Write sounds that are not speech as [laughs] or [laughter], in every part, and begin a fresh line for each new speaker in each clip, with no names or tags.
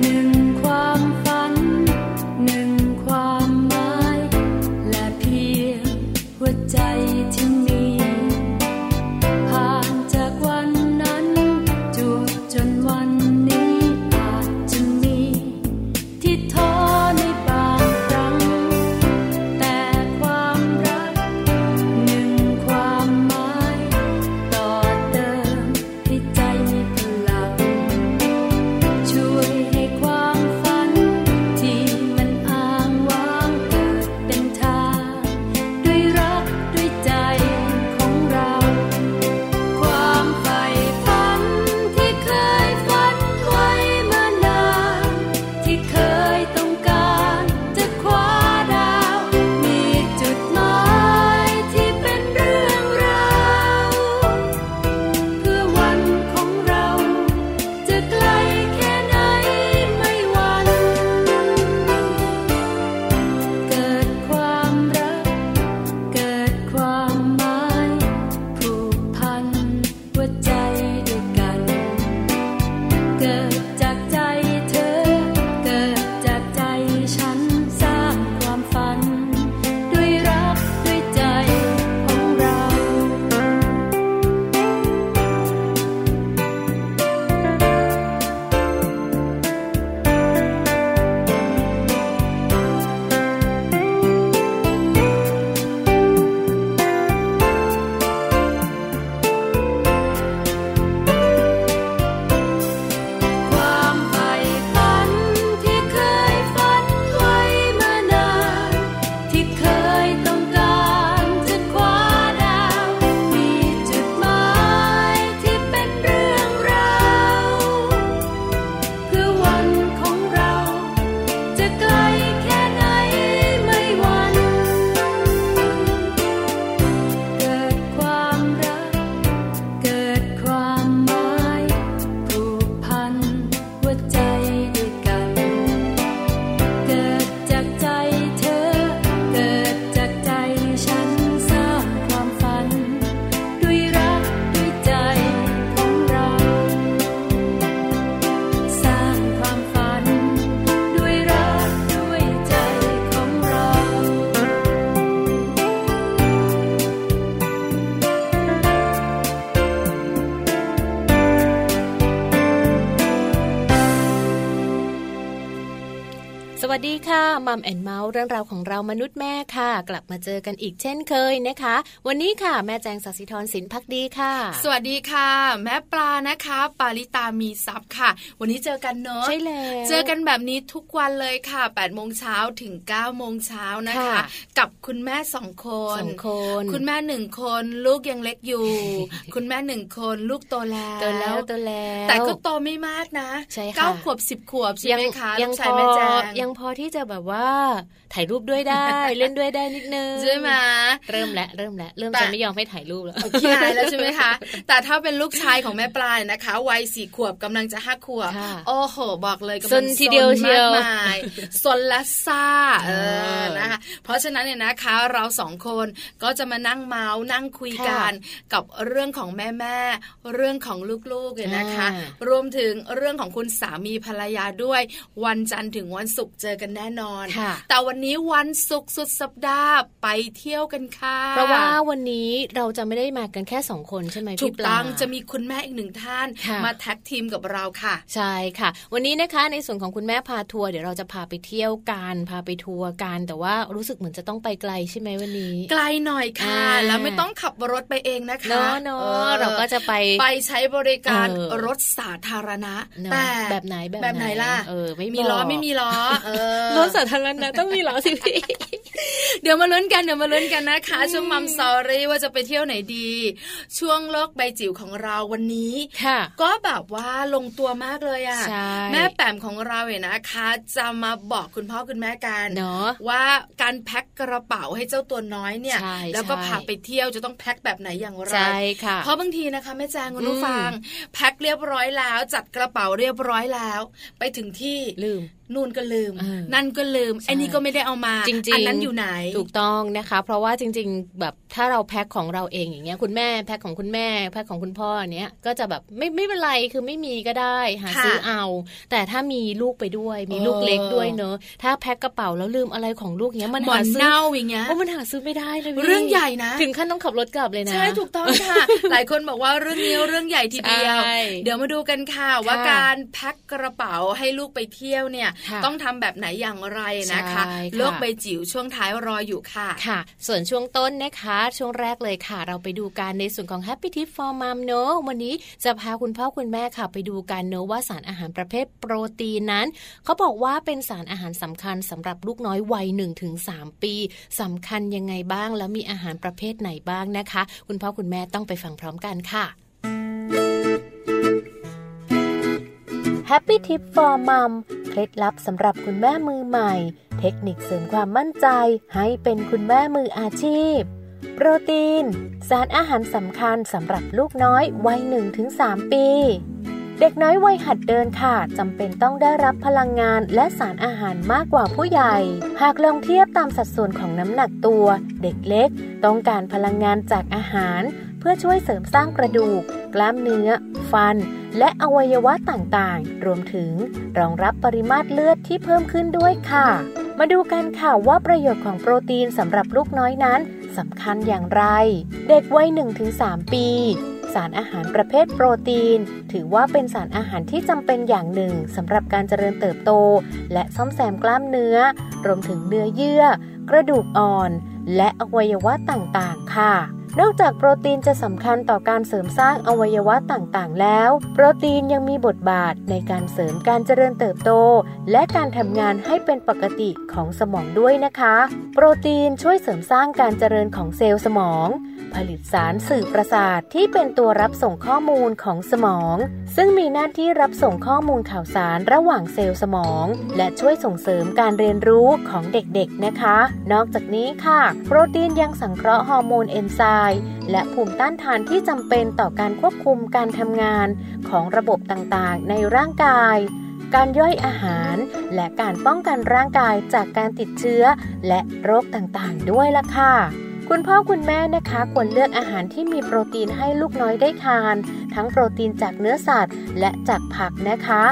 หนึ่งความฝัน หนึ่งความหมาย และเพียงหัวใจที่มี ผ่านจากวันนั้นจวบจนวันนี้อาจจะมี ที่ท้อในบางครั้ง แต่ความรัก หนึ่งความหมายต่อเติมให้ใจมีพลัง ช่วยให้ความฝัน ที่มันอ้างว้างเกิดเป็นทาง ด้วยรักด้วยใจของเรา ความใฝ่ฝันที่เคยฝันไว้มานาน ที่เคยต้องการจะคว้าดาว มีจุดหมายที่เป็นเรื่องราว เพื่อวันของเรา จะไกลแค่ไหนไม่หวัน เกิดความรัก เกิดความหมายผูกพันหัวใจด้วยกัน เกิดจากใจเธอ เกิดจากใจฉันสร้างความฝัน ด้วยรักด้วยใจของเรา ความใฝ่ฝันที่เคยฝันไว้มานาน ที่เคยต้องการจะคว้าดาว มีจุดหมายที่เป็นเรื่องราว เพื่อวันของเรา จะไกลแค่ไหนไม่หวัน เกิดความรัก เกิดความหมายผูกพันหัวใจด้วยกัน เกิดจากใจเธอ เกิดจากใจฉันสร้างความฝัน ด้วยรักด้วยใจของเรา สร้างความฝัน ด้วยรักด้วยใจของเรา
สวัสดีค่ะมัมแอนเมาส์เรื่องราวของเรามนุษย์แม่ค่ะ กลับมาเจอกันอีกเช่นเคยนะคะ วันนี้ค่ะแม่แจงสัสิธรสินพักดีค่ะ
สวัสดีค่ะ แม่ปลานะคะ ปาริตามีซับค่ะ วันนี้เจอกันเนอะ
ใช่แล้ว
เจอกันแบบนี้ทุกวันเลยค่ะ8ปดโมงเช้าถึง9ก้าโมงเช้านะคะ
ค่ะ
กับคุณแม่สองค
ส
น
องคน
คุณแม่หนึ่งคนลูกยังเล็ก
[laughs]
อยู่ คุณแม่หนึ่งคนลูกโตแล้ว
โตแล้วโตแล้ว
แต่ก็โตไม่มากนะ
ใช่ค่ะ
เก้าขวบสิบขวบใช่
ยั
ไหมคะ
ยัง
ลูก
พ
ชาย
อ
แม่แจง
ยังพอที่จะแบบว่า ถ่ายรูปด้วยได้ เล่นด้วยได้นิดนึง
ใช่ไหม
เริ่มแล้วเริ่มแล้วเริ่ม
แต่
จะไม่ยอมให้ถ่ายรูปแล้ว
ขี้อายแล้วใช่ไหม
[laughs]
คะ แต่ถ้าเป็นลูกชายของแม่ปลายนะคะ วัยสี่ขวบกำลังจะห้าขวบ
ค่ะ
โอ้โห บอกเลยกำ
ซ
ลั
น
ง
ทีเดียว
ซน
เชียว
มากมายซนและซ่าเอ
เอ
อ
อ
นะคะ เพราะฉะนั้นเนี่ยนะคะ เราสองคนก็จะมานั่งเมาส์นั่งคุยกัน กับเรื่องของแม่แม่ๆเรื่องของลูกๆเนี่ยนะคะ
อ่าร
วมถึงเรื่องของคุณสามีภรรยาด้วย วันจันทร์ถึงวันศุกร์เจอกันแน่นอน
ค่ะ
แต่วันนี้วันศุกร์สุดสัปดาห์ไปเที่ยวกันค่ะ
เพราะว่าวันนี้เราจะไม่ได้มากันแค่สองคนใช่ไหม
ถู
พี่
ก
ปลา
ต้องจะมีคุณแม่อีกหนึ่งท่าน
ค่ะ
มาแท็กทีมกับเราค่ะ
ใช่ค่ะ วันนี้นะคะในส่วนของคุณแม่พาทัวร์เดี๋ยวเราจะพาไปเที่ยวกันพาไปทัวร์กันแต่ว่ารู้สึกเหมือนจะต้องไปไกลใช่ไหมวันนี้
ไกลหน่อยค่ะ
อ่า
แล้วไม่ต้องขับรถไปเองนะคะ
เนาะเนา
อะ อ
เราก็จะไป
ไปใช้บริการ
เออ
รถสาธารณะ
เนอะ
แต่
แบบไหน
แบบไหนล่ะ
เออไม่
มีล้อไม่มี
บก
ล้อเอ
รถสาธารณะต้องมีเหรอสิพี่
เดี๋ยวมาลุ้นกันเดี๋ยวมาลุ้นกันนะคะ ช่วงมัมซอรี่ว่าจะไปเที่ยวไหนดี ช่วงโลกใบจิ๋วของเราวันนี้
ค่ะ
ก็แบบว่าลงตัวมากเลยอะ
ใช่
แม่แปมของเราเนี่ยนะคะ จะมาบอกคุณพ่อคุณแม่กัน
เนาะ
ว่าการแพ็คกระเป๋าให้เจ้าตัวน้อยเนี่ย
ใช่
แล้วก็
ใช่
พาไปเที่ยวจะต้องแพ็คแบบไหนอย่างไร
ใช่ค่ะ
เพราะบางทีนะคะแม่แจงคุณ
อื
ผู้
ม
ฟังแพ็คเรียบร้อยแล้ว จัดกระเป๋าเรียบร้อยแล้ว ไปถึงที่
ลืม
นู่นก็ลืม
เออ
นั่นก็ลืม
ใช่
ไอ้นี่ก็ไม่ได้เอามา
จริงๆ
อันั้นอยู่ไหน
ถูกต้องนะคะ เพราะว่าจริง ๆ แบบถ้าเราแพ็คของเราเองอย่างเงี้ย คุณแม่แพ็คของคุณแม่แพ็คของคุณพ่อเนี้ยก็จะแบบไม่ไม่เป็นไรคือไม่มีก็ได้ หา
ค่ะ
ซื้อเอา แต่ถ้ามีลูกไปด้วย มี
เออ
ลูกเล็กด้วยเนอะถ้าแพ็คกระเป๋าแล้วลืมอะไรของลูกเงี้ยมัน
หมอ
หาน ซื้อ
เน่าอย่างเงี้ย
โอ้มันหาซื้อไม่ได้เลยพี่
เรื่องใหญ่นะ
ถึงขั้นต้องขับรถกลับเลยนะ
ใช่ถูกต้อง [laughs] ค่ะ หลายคนบอกว่าเรื่องนี้เรื่องใหญ่ทีเดียว
ใช่
เดี๋ยวมาดูกันค่ะว่าการแพ็คกระเป๋าให้ลูกไปเที่ยวเนี่ย
ค่ะ
ต้องทำแบบไหนอย่างไรนะคะ
ใช่ค่ะ
โลกใบจิ๋วช่วงท้ายรออยู่ค่ะ
ค่ะ ส่วนช่วงต้นนะคะ ช่วงแรกเลยค่ะ เราไปดูการในส่วนของ Happy Tip for Mom เนอะวันนี้จะพาคุณพ่อคุณแม่ค่ะ ไปดูการเนอะว่าสารอาหารประเภทโปรตีนนั้น เขาบอกว่าเป็นสารอาหารสำคัญสำหรับลูกน้อยวัย 1-3 ปีสำคัญยังไงบ้าง แล้วมีอาหารประเภทไหนบ้างนะคะ คุณพ่อคุณแม่ต้องไปฟังพร้อมกันค่ะ
Happy Tip for Mom เคล็ดลับสำหรับคุณแม่มือใหม่ เทคนิคเสริมความมั่นใจให้เป็นคุณแม่มืออาชีพ โปรตีน สารอาหารสำคัญสำหรับลูกน้อยวัย 1-3 ปี เด็กน้อยวัยหัดเดินค่ะจำเป็นต้องได้รับพลังงานและสารอาหารมากกว่าผู้ใหญ่ หากลองเทียบตามสัดส่วนของน้ำหนักตัว เด็กเล็ก ต้องการพลังงานจากอาหาร เพื่อช่วยเสริมสร้างกระดูก กล้ามเนื้อ ฟัน และอวัยวะต่างๆ รวมถึงรองรับปริมาตรเลือดที่เพิ่มขึ้นด้วยค่ะ มาดูกันค่ะว่าประโยชน์ของโปรตีนสำหรับลูกน้อยนั้นสำคัญอย่างไร เด็กวัย 1-3 ปี สารอาหารประเภทโปรตีน ถือว่าเป็นสารอาหารที่จำเป็นอย่างหนึ่งสำหรับการเจริญเติบโต และซ่อมแซมกล้ามเนื้อ รวมถึงเนื้อเยื่อ กระดูกอ่อน และอวัยวะต่างๆ ค่ะ นอกจากโปรตีนจะสำคัญต่อการเสริมสร้างอวัยวะต่างๆ แล้ว โปรตีนยังมีบทบาทในการเสริมการเจริญเติบโต และการทำงานให้เป็นปกติของสมองด้วยนะคะ โปรตีนช่วยเสริมสร้างการเจริญของเซลล์สมอง ผลิตสารสื่อประสาทที่เป็นตัวรับส่งข้อมูลของสมอง ซึ่งมีหน้าที่รับส่งข้อมูลข่าวสารระหว่างเซลล์สมอง และช่วยส่งเสริมการเรียนรู้ของเด็กๆนะคะ นอกจากนี้ค่ะ โปรตีนยังสังเคราะห์ฮอร์โมนเอนไซม์และภูมิต้านทานที่จำเป็นต่อการควบคุมการทำงานของระบบต่างๆ ในร่างกาย การย่อยอาหาร และการป้องกันร่างกายจากการติดเชื้อ และโรคต่างๆ ด้วยล่ะค่ะ คุณพ่อคุณแม่นะคะควรเลือกอาหารที่มีโปรตีนให้ลูกน้อยได้ทาน ทั้งโปรตีนจากเนื้อสัตว์ และจากผักนะคะ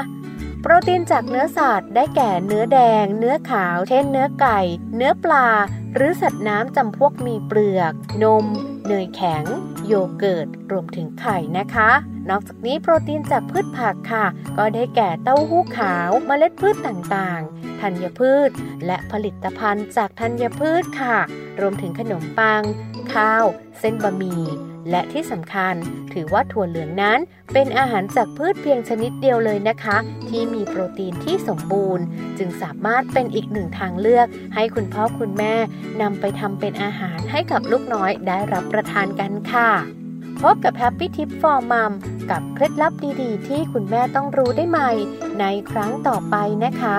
โปรตีนจากเนื้อสัตว์ได้แก่เนื้อแดง เนื้อขาว เช่นเนื้อไก่ เนื้อปลา หรือสัตว์น้ำจำพวกมีเปลือก นม เนยแข็ง โยเกิร์ต รวมถึงไข่นะคะ นอกจากนี้โปรตีนจากพืชผักค่ะ ก็ได้แก่เต้าหู้ขาว เมล็ดพืชต่างๆ ธัญพืช และผลิตภัณฑ์จากธัญพืชค่ะ รวมถึงขนมปัง ข้าว เส้นบะหมี่ และที่สำคัญ ถือว่าถั่วเหลืองนั้น เป็นอาหารจากพืชเพียงชนิดเดียวเลยนะคะ ที่มีโปรตีนที่สมบูรณ์ จึงสามารถเป็นอีกหนึ่งทางเลือก ให้คุณพ่อคุณแม่นำไปทำเป็นอาหารให้กับลูกน้อยได้รับประทานกันค่ะ พบกับ Happy Tip for Mom กับเคล็ดลับดีๆ ที่คุณแม่ต้องรู้ได้ใหม่ ในครั้งต่อไปนะคะ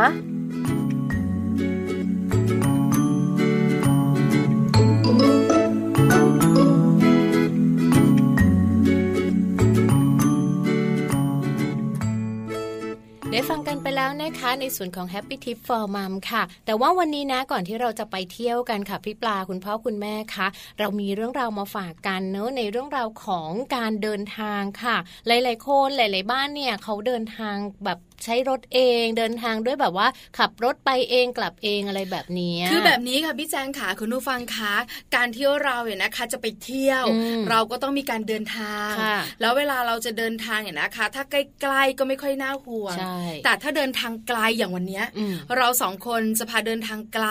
ได้ฟังกันไปแล้วนะคะในส่วนของ Happy Tip for Mom ค่ะ แต่ว่าวันนี้นะก่อนที่เราจะไปเที่ยวกันค่ะพี่ปลาคุณพ่อคุณแม่คะเรามีเรื่องราวมาฝากกันเนอะในเรื่องราวของการเดินทางค่ะ หลาย ๆ คนหลาย ๆ บ้านเนี่ยเขาเดินทางแบบใช้รถเอง เดินทางด้วยแบบว่า ขับรถไปเองกลับเองอะไรแบบเนี้ย
คือแบบนี้ค่ะพี่แจงค่ะคุณผู้ฟังคะการเที่ยวเราเนี่ยนะคะจะไปเที่ยว
อืม
เราก็ต้องมีการเดินทาง
ค่ะ
แล้วเวลาเราจะเดินทางเนี่ยนะคะ ถ้าใกล้ๆก็ไม่ค่อยน่าห่วง
ใช่
แต่ถ้าเดินทางไกลอย่างวันเนี้ย
อืม
เราสองคนจะพาเดินทางไกล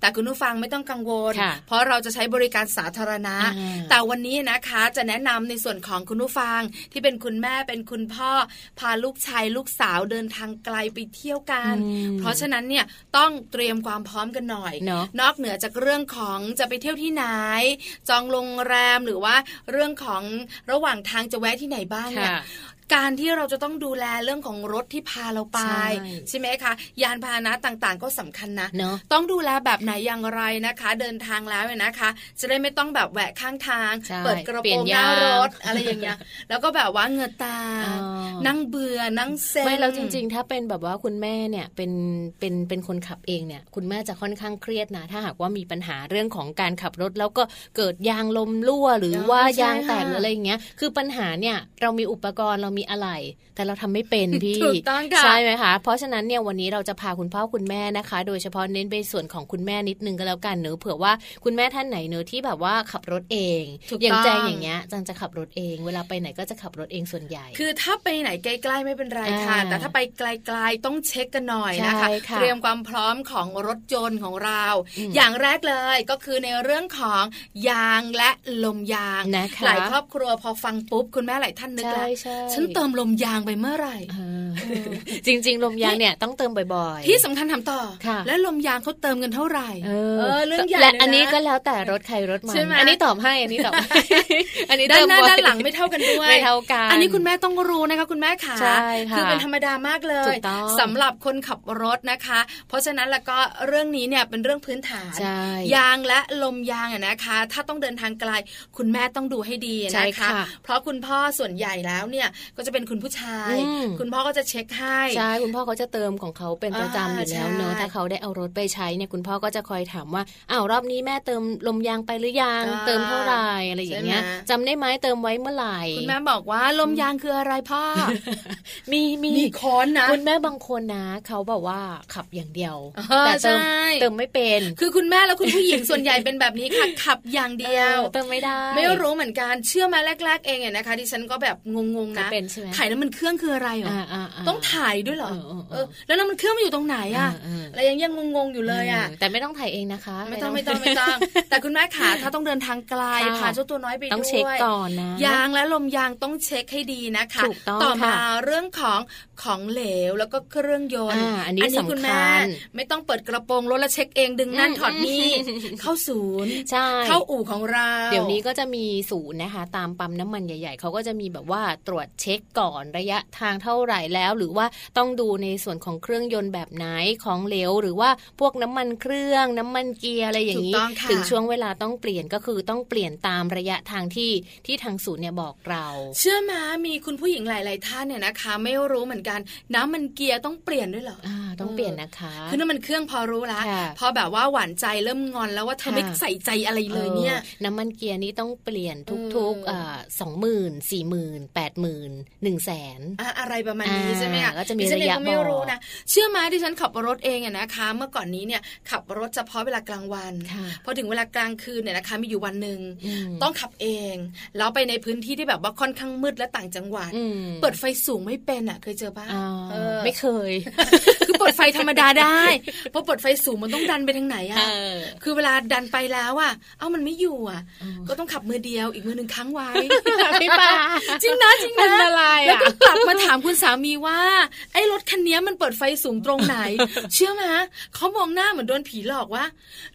แต่คุณผู้ฟังไม่ต้องกังวล
ค่ะ
เพราะเราจะใช้บริการสาธารณะ
อ่า
แต่วันนี้นะคะจะแนะนำในส่วนของคุณผู้ฟังที่เป็นคุณแม่เป็นคุณพ่อพาลูกชายลูกสาวเดิน ทางไกลไปเที่ยวกัน
อืม
เพราะฉะนั้นเนี่ยต้องเตรียมความพร้อมกันหน่อย
เนอะ
นอกเหนือจากเรื่องของจะไปเที่ยวที่ไหน จองโรงแรมหรือว่าเรื่องของระหว่างทางจะแวะที่ไหนบ้างเนี่ย การที่เราจะต้องดูแลเรื่องของรถที่พาเราไป
ใช่
ใช่ไหมคะ ยานพาหนะต่างๆ ก็สำคัญนะ
เนอะ
ต้องดูแลแบบไหนอย่างไรนะคะ เดินทางแล้วเนี่ยนะคะ จะได้ไม่ต้องแบบแหวะข้างทาง
ใช่
เปิดกระ
เปลี่
โปร
ย
งหน้าย
นาง
รถอะไรอย่างเงี้ยแล้วก็แบบว่าเหงือตา
อ๋อ
นั่งเบื่อนั่งเซ็ง
ไม่แล้วจริง ๆ ถ้าเป็นแบบว่าคุณแม่เนี่ยเป็นเป็นเป็นคนขับเองเนี่ย คุณแม่จะค่อนข้างเครียดนะ ถ้าหากว่ามีปัญหาเรื่องของการขับรถ แล้วก็เกิดยางลมรั่วหรือ
เออ
ว่า
ใช่
ยางแตก
ค่ะ
หรืออะไรอย่างเงี้ย คือปัญหาเนี่ยเรามีอุปกรณ์เรามีอะไร แต่เราทำไม่เป็นพี่
ถูกต้องค่ะ
ใช่ไหมคะ เพราะฉะนั้นเนี่ยวันนี้เราจะพาคุณพ่อคุณแม่นะคะ โดยเฉพาะเน้นไปส่วนของคุณแม่นิดนึงก็แล้วกันเนอะเผื่อว่าคุณแม่ท่านไหนเนอะที่แบบว่าขับรถเอง
ถูก
อย่าง
ต้อง
แจงอย่างเงี้ยจังจะขับรถเอง เวลาไปไหนก็จะขับรถเองส่วนใหญ่
คือถ้าไปไหนใกล้ๆไม่เป็นไรค่ะ
อ่า
แต่ถ้าไปไกลๆต้องเช็คกันหน่อยนะคะ
ใช่ค่ะ
เตรียมความพร้อมของรถยนต์ของเรา
อืม
อย่างแรกเลยก็คือในเรื่องของยางและลมยาง
นะคะ
หลายครอบครัวพอฟังปุ๊บคุณแม่หลายท่านนึก
ใช่
แล้ว
ใช่
ฉันเติมลมยางไปเมื่อไหร่
อ่าจริงๆ ลมยางเนี่ยต้องเติมบ่อย
ที่สำคัญถามต่อ
ค่ะ
และลมยางเขาเติมกันเท่าไหร่
เอ
เออเรื่องใหญ่
และ
เลยนะ
อันนี้ก็แล้วแต่รถใครรถมัน
ใช่ไหม
อันนี้ตอบให้อันนี้ตอบให้ อันนี้
ด้านหน้า
เติมบ่อย
ด้านหลังไม่เท่ากันด้วย
ไม่เท่ากัน
อันนี้คุณแม่ต้องรู้นะคะคุณแม่ขา
ใช่ค่ะ
คือเป็นธรรมดามากเล
ถู
ย
กต้อง
สำหรับคนขับรถนะคะ เพราะฉะนั้นแล้วก็เรื่องนี้เนี่ยเป็นเรื่องพื้นฐาน
ใช่
ยางและลมยางอะนะคะ ถ้าต้องเดินทางไกล คุณแม่ต้องดูให้ดี
ใช่
นะคะ
ค่ะ
เพราะคุณพ่อส่วนใหญ่แล้วเนี่ยก็จะเป็นคุณผู้ชาย
อืม
คุณพ่อก็จะเช็คให้
ใช่คุณพ่อเขาจะเติมของเขาเป็นประจำอยู่แล้วเนอะ
อ่าใช่
ถ้าเขาได้เอารถไปใช้เนี่ยคุณพ่อก็จะคอยถามว่าอ้าวรอบนี้แม่เติมลมยางไปหรือยัง
อ่า
เติมเท่าไหร่อะไรอย่างเงี้ย
ใช่ไหม
จำได้ไหมเติมไว้เมื่อไหร่
คุณแม่บอกว่าลมยางคืออะไรพ่อ
[laughs] มีมี
มีค้อนนะ
คุณแม่บางคนนะเขาแบบว่าขับอย่างเดียว
เออ
แต่เติม
ใช่
เติมไม่เป็น
คือคุณแม่และคุณผู้หญิงส่วนใหญ่เป็นแบบนี้ค่ะ ขับอย่างเดียว
[laughs] ออเติมไม่ได้
ไม่รู้เหมือนกันเชื่อมาแรก ๆ เองเนี่ยนะคะดิฉันก็แบบงงๆนะ
ก็เป็นใช่ไหม
ถ่ายน้ำมันเครื่องคืออะไรเหรอ
อ่าๆๆ
ต้องถ่ายด้วยเหรอ
เออๆๆ
เออแล้วน้ำมันเครื่องมันอยู่ตรงไหนอะ
เออ
อะไรยังยังงงๆอยู่เลยอะ
เแต่ไม่ต้องถ่ายเองนะคะ
ไม่ต้องไม่ต้องไม่ต้อง แต่คุณแม่ขาถ้าต้องเดินทางไกล
ค่ะ
พาเจ้าตัวน้อยไปด้วย
ต้องเช็คก่อนนะ
ยางและลมยางต้องเช็คให้ดีนะคะ
ถูกต้อง
ต่อมา
ค่ะ
เรื่องของของเหลวแล้วก็เครื่องยนต์
อ่าอันนี้สำคัญ
คุณแม่ไม่ต้องเปิดกระโปรงรถแล้วเช็คเองดึงนั่น
อืม
ถอดนี่เข้าศูนย์
ใช่
เข้าอู่ของเรา
เดี๋ยวนี้ก็จะมีศูนย์นะคะ ตามปั๊มน้ำมันใหญ่ ๆเขาก็จะมีแบบว่าตรวจเช็คก่อนระยะทางเท่าไหร่แล้ว หรือว่าต้องดูในส่วนของเครื่องยนต์แบบไหนของเหลว หรือว่าพวกน้ำมันเครื่อง น้ำมันเกียร์อะไรอย่างนี้
ถูกต้องค่ะ
ถึงช่วงเวลาต้องเปลี่ยนก็คือต้องเปลี่ยนตามระยะทางที่ที่ทางศูนย์เนี่ยบอกเรา
เชื่อมามีคุณผู้หญิงหลาย ๆ ท่านเนี่ยนะคะ ไม่รู้เหมือนกัน น้ำมันเกียร์ต้องเปลี่ยนด้วยเหรอ
อ่าต้องเปลี่ยนนะคะ
คือน้ำมันเครื่องพอรู้ละ
ค่ะ
พอแบบว่าหวานใจเริ่มงอนแล้วว่าเธอ
ค่ะ
ไม่ใส่ใจอะไรเลยเนี่ย
ออน้ำมันเกียร์นี่ต้องเปลี่ยน
เอ
ทุ
อ
กๆสองหมื่นสี่หมื่นแปดหมื่นหนึ่งแสน
อะอะไรประมาณนี้
อ่า
ใช่ไหมอ
ก็จะมี
ดิฉันเอง
ระยะ
ก็ไม่รู้
บอก
นะเชื่อไหมาที่ฉันขับรถเองอะนะคะ เมื่อก่อนนี้เนี่ยขับรถเฉพาะเวลากลางวัน
ค่ะ
พอถึงเวลากลางคืนเนี่ยนะคะมีอยู่วันหนึ่ง
ม
ต้องขับเองแล้วไปในพื้นที่ที่แบบว่าค่อนข้างมืดและต่างจังหวัด
อืม
เปิดไฟสูงไม่เป็นอ่ะเคยเจอปะ
อ่า
เออ
ไม่เคย
คือเปิดไฟธรรมดาได้ เพราะเปิดไฟสูงมันต้องดันไปทางไหนอะ
เออ
[laughs] คือเวลาดันไปแล้วอะเอ้ามันไม่อยู่อะ
อ๋อ
ก็ต้องขับมือเดียวอีกมือหนึ่งค้าง
[laughs]
ไว้
พี่ปลา
จริงนะจริง
เป็
นะ
นอะไรอะ
แล้วก็กลับมาถามคุณสามีว่า ไอ้รถคันเนี้ยมันเปิดไฟสูงตรง
[laughs]
ไหน เชื่อไหมเขามองหน้าเหมือนโดนผีหลอกว่า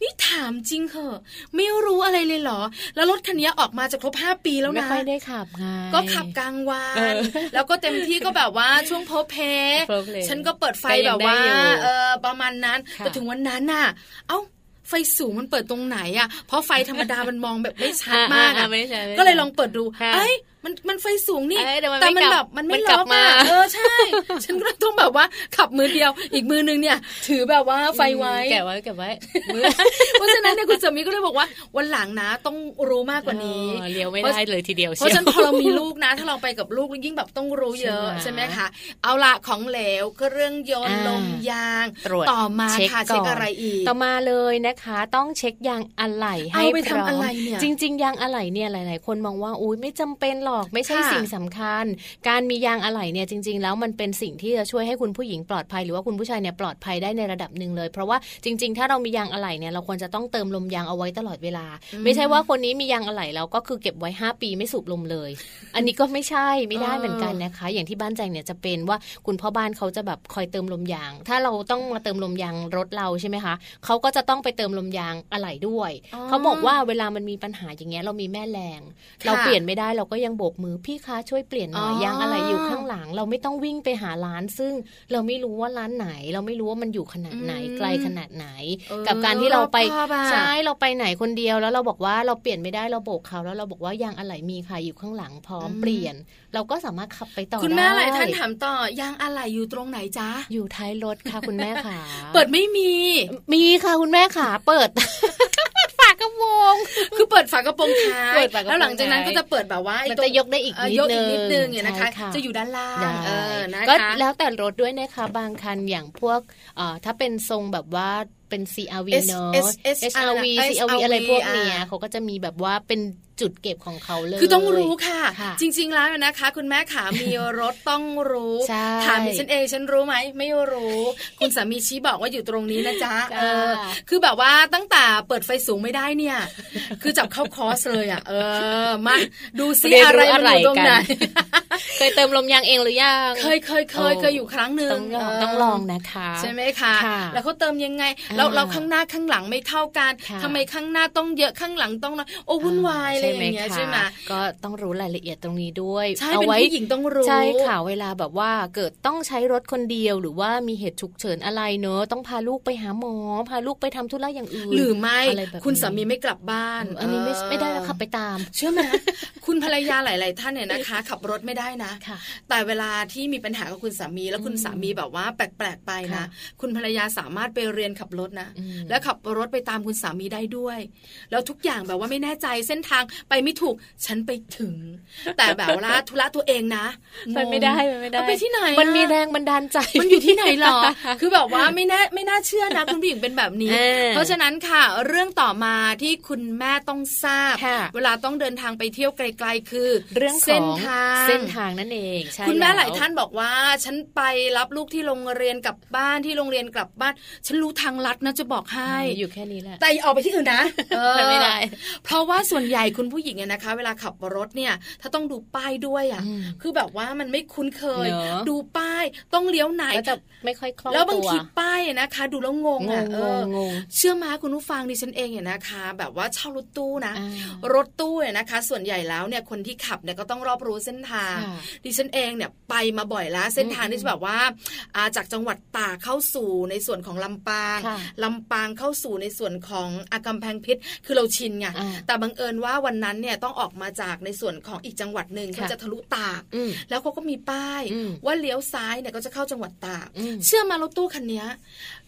นี่ถามจริงเหอะไม่รู้อะไรเลยเหรอ แล้วรถคันเนี้ยออกมาจะครบห้าปีแล้ว
ไม่
นะ
ค่อยได้ขับไง
ก็ขับกลางวั
เอน อ
แล้วก็เต็มที่ก็แบบว่าช่วงโพเพ
โพเพ
ฉันก็เปิดไฟ
ก็ยั
แบบ
งได้
ว่า
อยู่
เออประมาณนั้น
ค่ะ
แต่ถึงวันนั้นน่ะ เอ้าไฟสูงมันเปิดตรงไหนอ่ะ เพราะไฟธรรมดา มันมองแบบไม่ชัดมาก
อ่า
อ่ะ
ๆๆไม่ชัดไม่ชัด
ก็เลยลองเปิดดู
ค่ะ
เอ้ยมันมันไฟสูงนี่
เอ้ยเดี๋ยวมัน
แต่มั
ไม่
น
กลับ
แบบมันไม่
มันกลั
ล็
บอก มา
อ่ะเออใช่ ฉันก็เลยต้องแบบว่าขับมือเดียว อีกมือนึงเนี่ย ถือแบบว่าไฟไว้
แกะไว้แกะไว้
เพราะฉะนั้นเนี่ยคุณสามีก็เลยบอกว่าวันหลังนะ ต้องรู้มากกว่านี้
เออเลี้ยวไม่ได้เลยทีเดียว
เพราะ
ชียว
ฉะนันพอเรามีลูกนะ ถ้าเราไปกับลูกยิ่งแบบต้องรู้เยอะ
ใช่
ใช่
ไห
ไห
ม
มคะเอาละของเหลวเครื่องยนต์
อ่า
ลมยาง
ตรวจ
ต่อมา
เช็
ค่ะ
ก่
เช็คอะไรอีก
ต่อมาเลยนะคะ ต้องเช็คยางอะไหล่ให้
เอาไป
พร้อ
ทำ
ม
อะไรเนี่ย
จริง ๆ ยางอะไหล่เนี่ยหลาย ๆ คนมองว่าอุ้ยไม่จำเป็นห รอกไม่ใช่
ค่ะ
สิ่งสำคัญ การมียางอะไหล่เนี่ยจริง ๆ แล้วมันเป็นสิ่งที่จะช่วยให้คุณผู้หญิงปลอดภัยหรือว่าคุณผู้ชายเนี่ยปลอดภัยได้ในระดับหนึ่งเลย เพราะว่าจริง ๆ ถ้าเรามียางอะไหล่เนี่ยเราควรจะต้องเติมลมยางเอาไว้ตลอดเวลา ไม่ใช่ว่าคนนี้มียางอะไหล่แล้วก็คือเก็บไว้ 5 ปีไม่สูบลมเลย อันนี้ก็ไม่ใช่ไม่ได้
เออ
เหมือนกันนะคะ อย่างที่บ้านแจงเนี่ยจะเป็นว่าคุณพ่อบ้านเขาจะแบบคอยเติมลมยาง ถ้าเราต้องมาเติมลมยางรถเราใช่ไหมคะเขาก็จะต้องไปเติมลมยางอะไหล่ด้วย เขาบอกว่าเวลามันมีปัญหาอย่างเงี้ยเรามีแม่แรง
ค่ะ
เราเปลี่ยนไม่ได้เราก็ยังโบกมือพี่คะช่วยเปลี่ยนหน่อ
อ๋อย
ยางอะไรอยู่ข้างหลัง เราไม่ต้องวิ่งไปหาร้าน ซึ่งเราไม่รู้ว่าร้านไหน เราไม่รู้ว่ามันอยู่ขนาดไหน
อืม
ไกลขนาดไหน
เออ
กับการที่เราไป
รอบคอบอะ
ใช่เราไปไหนคนเดียวแล้วเราบอกว่าเราเปลี่ยนไม่ได้เราโบกเขาแล้วเราบอกว่ายางอะไรมีค่ะอยู่ข้างหลังพร้อมเปลี่ยน เราก็สามารถขับไปต่อ
คุณแม่หลาย
ได้
ท่านถามต่อยางอะไรอยู่ตรงไหนจ๊ะ
อยู่ท้ายรถค่ะคุณแม่ค่ะ
เปิดไม่มี
มีค่ะคุณแม่ค่ะเปิด ฝากกระโปรง
คือเปิดฝากระโปรงท้าย
เปิดฝากระโปรง
แล้วหลังจากนั้น
ท้าย
ก็จะเปิดแบบว่าไอ้
มัน
ตัว
จะยกได้อีก
เอ่อ
นิด
ยก
นึ
อีก
ง
นิดนึงเนี่ยนะคะ
ใช่
จะอยู่ด้านล่าง
ได้
เออนะ
ก็
คะ
แล้วแต่รถด้วยนะคะ บางคันอย่างพวกเอ่อถ้าเป็นทรงแบบว่าเป็น CRV
S-
เนอะ
S- S-
HRV CRV อะไรพวกเนี้ย
อ่า
เขาก็จะมีแบบว่าเป็นจุดเก็บของเขาเลย
คือต้องรู้ค่ะ
ค่ะ
จริง ๆ แล้วนะคะ คุณแม่ขามี รถต้องรู้
ใช่
ถามดิฉันเองฉันรู้ไหมไม่รู้ คุณสามีชี้บอกว่าอยู่ตรงนี้นะจ๊ะ
จ้า
เออ คือแบบว่าตั้งแต่เปิดไฟสูงไม่ได้เนี่ย คือจับเข้าคอร์สเลยอ่ะเออมาดูซิ
เรียน
อะไร
รู้อะ
มัน
ไร
อยู่ตรง
กั
ไหน
น เคยเติมลมยางเองหรือยัง
เคยเคยเคย
โอ้
เคยอยู่ครั้งหนึ่ง
ต้องลอง
เ
ต้องลองนะคะ
ใช่ไหมคะ
ค่ะ
แล้วเขาเติมยังไง แล้ว
อ่า
เราข้างหน้าข้างหลังไม่เท่ากัน
ค่ะ
ทำไมข้างหน้าต้องเยอะข้างหลังต้องน้อยโอ้วุ่นวายอะไรอย่างเงี้ย
คะ
ใช่ไหม
ก็ต้องรู้รายละเอียดตรงนี้ด้วย
ใช่
เอา
เป็น
ไว้
ผู้หญิงต้องรู้
ใช่ค่ะเวลาแบบว่าเกิดต้องใช้รถคนเดียว หรือว่ามีเหตุฉุกเฉินอะไรเนอะต้องพาลูกไปหาหมอ พาลูกไปทำธุระอย่างอื่น
หรือไม่
ะรแบบ
คุณ
นี้
สามีไม่กลับบ้าน
อันนี้ไม่
เ
ไม่ได้แล้วค่ะไปตาม
เชื่อไหม [laughs] คุณภรรยาหลาย ๆ ท่านเนี่ยนะคะ ขับรถไม่ได้นะ
ค่ะ
แต่เวลาที่มีปัญหากับคุณสามี แล้วคุณ
อืม
สามีแบบว่าแปลก ๆ ไปนะ
ค่ะ
คุณภรรยาสามารถไปเรียนขับรถนะ
อืม
แล้วขับรถไปตามคุณสามีได้ด้วย แล้วทุกอย่างแบบว่าไม่แน่ใจเส้นทางไปไม่ถูก ฉันไปถึง แต่แบบว่าธุระตัวเองนะงง
[laughs] ไปไม่ได้ไปไม่ได้
เอาไปที่ไหน
มันมีแร
อะ
งบันดาลใจ
มันอยู่ที่ไหนหรอ คือแบบว่าไม่แน่ไม่น่าเชื่อนะ คุณผู้หญิงเป็นแบบนี้
เออ
เพราะฉะนั้นค่ะ เรื่องต่อมาที่คุณแม่ต้องทราบ
ค่ะ
เวลาต้องเดินทางไปเที่ยวไกล ๆ คือ
เรื่องของ
เส้นทาง
เส้นทางนั่นเองใช่
คุณแม่หลาย
ว
ท่านบอกว่าฉันไปรับลูกที่โรงเรียนกลับบ้านที่โรงเรียนกลับบ้าน ฉันรู้ทางลัดนะจะบอกให้
อยู่แค่นี้แหละ
แต่อย่าออกไปที่อื่นนะเออ
ไปไม่ได้
เพราะว่าส่วนใหญ่คุณผู้หญิงเนี่ยนะคะ เวลาขับรถเนี่ย ถ้าต้องดูป้ายด้วยอ่ะ
อืม
คือแบบว่ามันไม่คุ้นเคย
เนอะ
ดูป้ายต้องเลี้ยวไหน
ก็จะไม่ค่อยคล่องตัว
แล้วบางทีป้ายอะนะคะ ดูแล้วงง
ง
อ่ะ
ง
เอง อง
งง
เชื่อมาคุณผู้ฟังดิฉันเองเนี่ยนะคะ แบบว่าเช่ารถตู้นะ
อ่าร
ถตู้เนี่ยนะคะ ส่วนใหญ่แล้วเนี่ยคนที่ขับเนี่ยก็ต้องรอบรู้เส้นทาง
ค่ะ
ดิฉันเองเนี่ยไปมาบ่อยแล้วเส้นทางที่จะแบบว่าอ่าจากจังหวัดตากเข้าสู่ในส่วนของลำปาง
ค่ะ
ลำปางเข้าสู่ในส่วนของอากำแพงเพชรคือเราชินไง
อ่า
แต่บังเอิญว่าวันนั้นเนี่ยต้องออกมาจากในส่วนของอีกจังหวัดหนึ่ง
ค่ะ
เขาจะทะลุตาก
อืม
แล้วเขาก็มีป้าย
อืม
ว่าเลี้ยวซ้ายเนี่ยก็จะเข้าจังหวัดตาก
อืม
เชื่อมารถตู้คันเนี้ย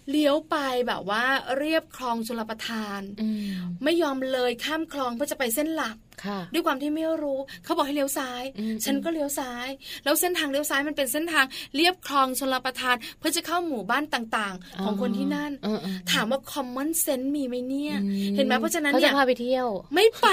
เลี้ยวไปแบบว่าเรียบคลองชลประทาน
อืม
ไม่ยอมเลยข้ามคลองเพื่อจะไปเส้นหลัก
ค่ะ
ด้วยความที่ไม่รู้เขาบอกให้เลี้ยวซ้าย
อืม
ฉันก็เลี้ยวซ้าย แล้วเส้นทางเลี้ยวซ้ายมันเป็นเส้นทางเรียบคลองชลประทาน เพื่อจะเข้าหมู่บ้านต่างๆ ของคนที่นั่น
เออเออ
ถามว่า common sense มีไหมเนี่ย
อื
เห็นไหมเพราะฉะนั้นเนี่ย
เขาจะพาไปเที่ยว
ไม่ไป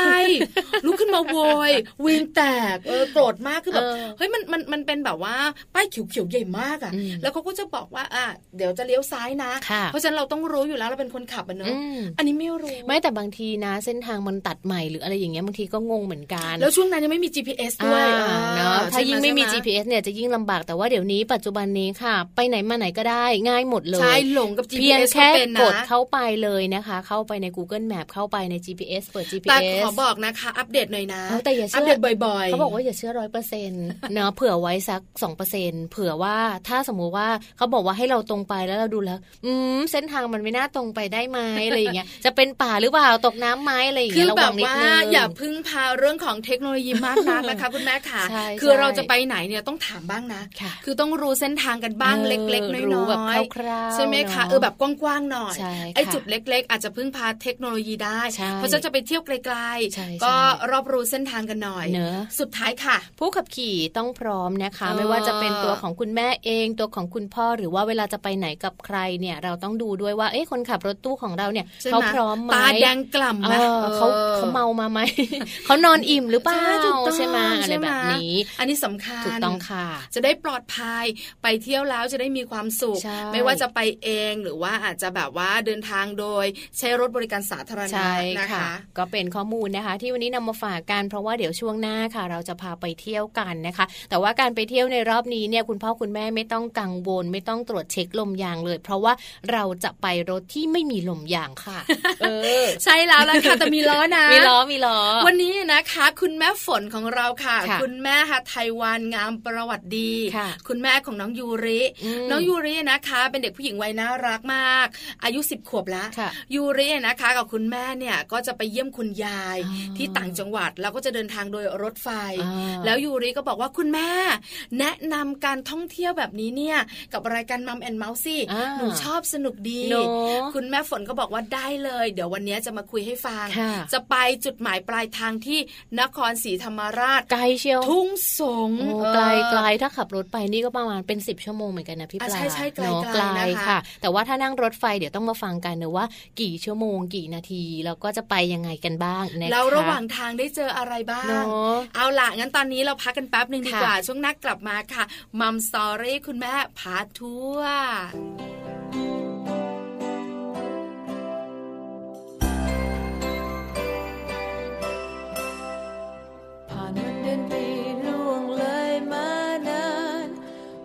ลุกขึ้นมาโวยวีนแตกเออโกรธมากคือแบบ
เออ
เฮ้ยมันมันมันเป็นแบบว่าป้ายเขียวๆใหญ่มาก
อื
อะ่ะ
ม
แล้วเขาก็จะบอกว่าอ่ะเดี๋ยวจะเลี้ยวซ้ายนะ
ค่ะ
เพราะฉะนั้นเราต้องรู้อยู่แล้วเราเป็นคนขับอะเน
อื
อะ
ม
อันนี้ไม่รู้
ไม่แต่บางทีนะ เส้นทางมันตัดใหม่หรืออะไรอย่างเงี้ยบางทีก็งงเหมือนกัน
แล้วช่วงนั้นยังไม่มี GPS ด้วย
อ่า
อ่
เนาะถ้า
ใช่ห
ยิ่งไม่มี
ใช่ห
GPS เนี่ยจะยิ่งลำบากแต่ว่าเดี๋ยวนี้ปัจจุบันนี้ค่ะ ไปไหนมาไหนก็ได้ง่ายหมดเลย
ใช่หลงกับ
เพียง
GPS ก็
แค่
เป็น
ก
นะ
ดเข้าไปเลยนะคะ เข้าไปใน Google Map เข้าไปใน GPS เปิด
แต่
GPS
ขอบอกนะคะ อัปเดตหน่อยนะ
เอาแต่อย่าเชื่อ
ป
อั
เดตบ่อยๆ
เขาบอกว่าอย่าเชื่อร้อยเปอร์เซ็นต์นะเผื่อไว้สักสองเปอร์เซ็นเผื่อว่าถ้าสมมุติว่าเขาบอกว่าให้เราตรงไปแล้วเราดูแล้ว อืมเส้นทางมันไม่น่าตรงไปได้ไหมอะไรอย่างเงี้ยจะเป็นป่าหรือเปล่าตกน้ำไหมอะไรอย่าง
คื
เงี้
อย
ระ
แบ
วั
บ
งนิด
ว่า
นึง
อย่าพึ่งพาเรื่องของเทคโนโลยีมากนักนะคะ คุณแม่ค่ะ
ใช่
คือ
ใช่
เราจะไปไหนเนี่ยต้องถามบ้างนะ
ค่ะ
อต้องรู้เส้นทางกันบ้าง
เออ
เล็กๆน้อย
รู้
ๆ
แบบคร่าวๆ
ใช่ไหมคะ
เนอะ
เออแบบกว้างๆหน่อย
ใช่ค่ะ
ไอ้จุดเล็ก ๆ อาจจะพึ่งพาเทคโนโลยีได้
ใช่
เพราะฉะนั้นจะไปเที่ยวไกล
ใช่
ๆก็รอบรู้เส้นทางกันหน่อย
เนอะ
สุดท้ายค่ะ
ผู้ขับขี่ต้องพร้อมนะคะ
เออ
ไม่ว่าจะเป็นตัวของคุณแม่เองตัวของคุณพ่อหรือว่าเวลาจะไปไหนกับใครเนี่ย เราต้องดูด้วยว่าเอ๊ะคนขับรถตู้ของเราเนี่ย
ใช่ไหม
เขาพร้อมไหม
ตาแดงกล่ำไหม
เออเขา
เออ
[laughs] เขาเมามาไหม เขานอนอิ่มหรือเปล่า
ใช่ถูกต้อง
ใช่ไหมอะไร
ใช่ไหม
แบบนี้
อันนี้สำคัญ
ถูกต้องค่ะ
จะได้ปลอดภัยไปเที่ยวแล้วจะได้มีความสุข
ใช่
ไม่ว่าจะไปเองหรือว่าอาจจะแบบว่าเดินทางโดย ใช้รถบริการสาธารณะ
ใช่
นะ
ค่ะ
คะ
ก็เป็นข้อมูลนะคะ ที่วันนี้นำมาฝากกันเพราะว่าเดี๋ยวช่วงหน้าค่ะ เราจะพาไปเที่ยวกันนะคะ แต่ว่าการไปเที่ยวในรอบนี้เนี่ยคุณพ่อคุณแม่ไม่ต้องกังวล ไม่ต้องตรวจเช็คลมยางเลย เพราะว่าเราจะไปรถที่ไม่มีลมยางค่ะเอ [laughs] อ
ใช่แล้วล่ะค่ะแต่มีล้อนะ
มีล้อมีล้อ
วันนี้นะคะ คุณแม่ฝนของเราค่ะ
ค่ะ
คุณแม่ฮะไทยวานงามประวัติดี
ค่ะ
คุณแม่ของน้องยูริ
อืม
น้องยูรินะคะ เป็นเด็กผู้หญิงวัยน่ารักมาก อายุ10ขวบแล้ว
ค่ะ
ยูรินะคะ กับคุณแม่เนี่ยก็จะไปเยี่ยมคุณยาย
อ๋อ
ที่ต่างจังหวัดแล้วก็จะเดินทางโดยรถไฟ
อ่า
แล้วยูริก็บอกว่าคุณแม่ แนะนำการท่องเที่ยวแบบนี้เนี่ยกับรายการมัมแอนเมาส์สิ
อ่า
หนูชอบสนุกดี
เนอะ
คุณแม่ฝนก็บอกว่าได้เลย เดี๋ยววันนี้จะมาคุยให้ฟัง
ค่ะ
จะไปจุดหมายปลายทางที่นครศรีธรรมราช
ไกลเชียว
ทุ่งสง
โอ้
เออ
ไกลไกลถ้าขับรถไปนี่ก็ประมาณเป็น 10 ชั่วโมงเหมือนกันนะพี่ป
อ่ะ
ลา
ใช่ใช่ไกล
เนอะ
ไกลนะคะ
ค่ะ แต่ว่าถ้านั่งรถไฟเดี๋ยวต้องมาฟังกันนะว่า กี่ชั่วโมงกี่นาที แล้วก็จะไปยังไงกันบ้างนะคะ
แล้วระหว่างทางได้เจออะไรบ้า
เน
ง
อะ
เอาล่ะ งั้นตอนนี้เราพักกันแป๊บหนึ่งดีกว่า
ค่ะ
ช่วงหนักกลับมาค่ะมัมสตอรี่คุณแม่พาทัวร์
ผ่านวันเดือนปีล่วงเลยมานาน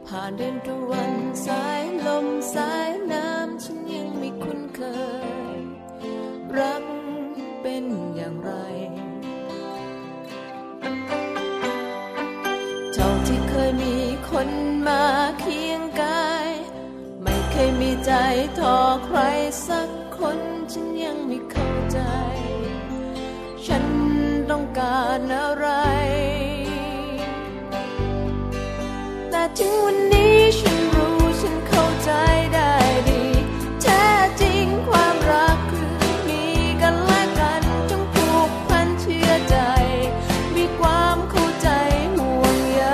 ผ่านเดือนตะวันสายลมสายน้ำฉันยังไม่คุ้นเคย รักเป็นอย่างไร เท่าที่เคยมีคนมาเคียงกาย ไม่เคยมีใจต่อใครสักคนฉันยังไม่เข้าใจ ฉันต้องการอะไร แต่ถึงวันนี้ฉันรู้ฉันเข้าใจได้ดี แท้จริงความรักคือมีกันและกันจงผูกพันเชื่อใจ มีความเข้าใจห่วงใย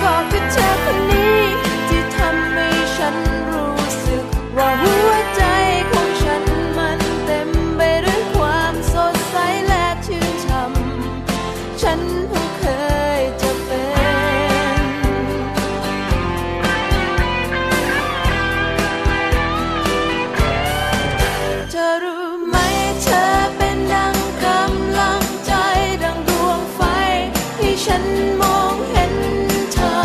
ขอบคุณเธอคนนี้ ที่ทำให้ฉันรู้สึก ว่าหัวใจของฉันมันเต็มไปด้วยความสดใสและชื่นช่ำฉันเพิ่งเคยจะเป็น เธอรู้ไหมเธอเป็นดังกำลังใจดังดวงไฟ ที่ฉันมองเห็นเธอ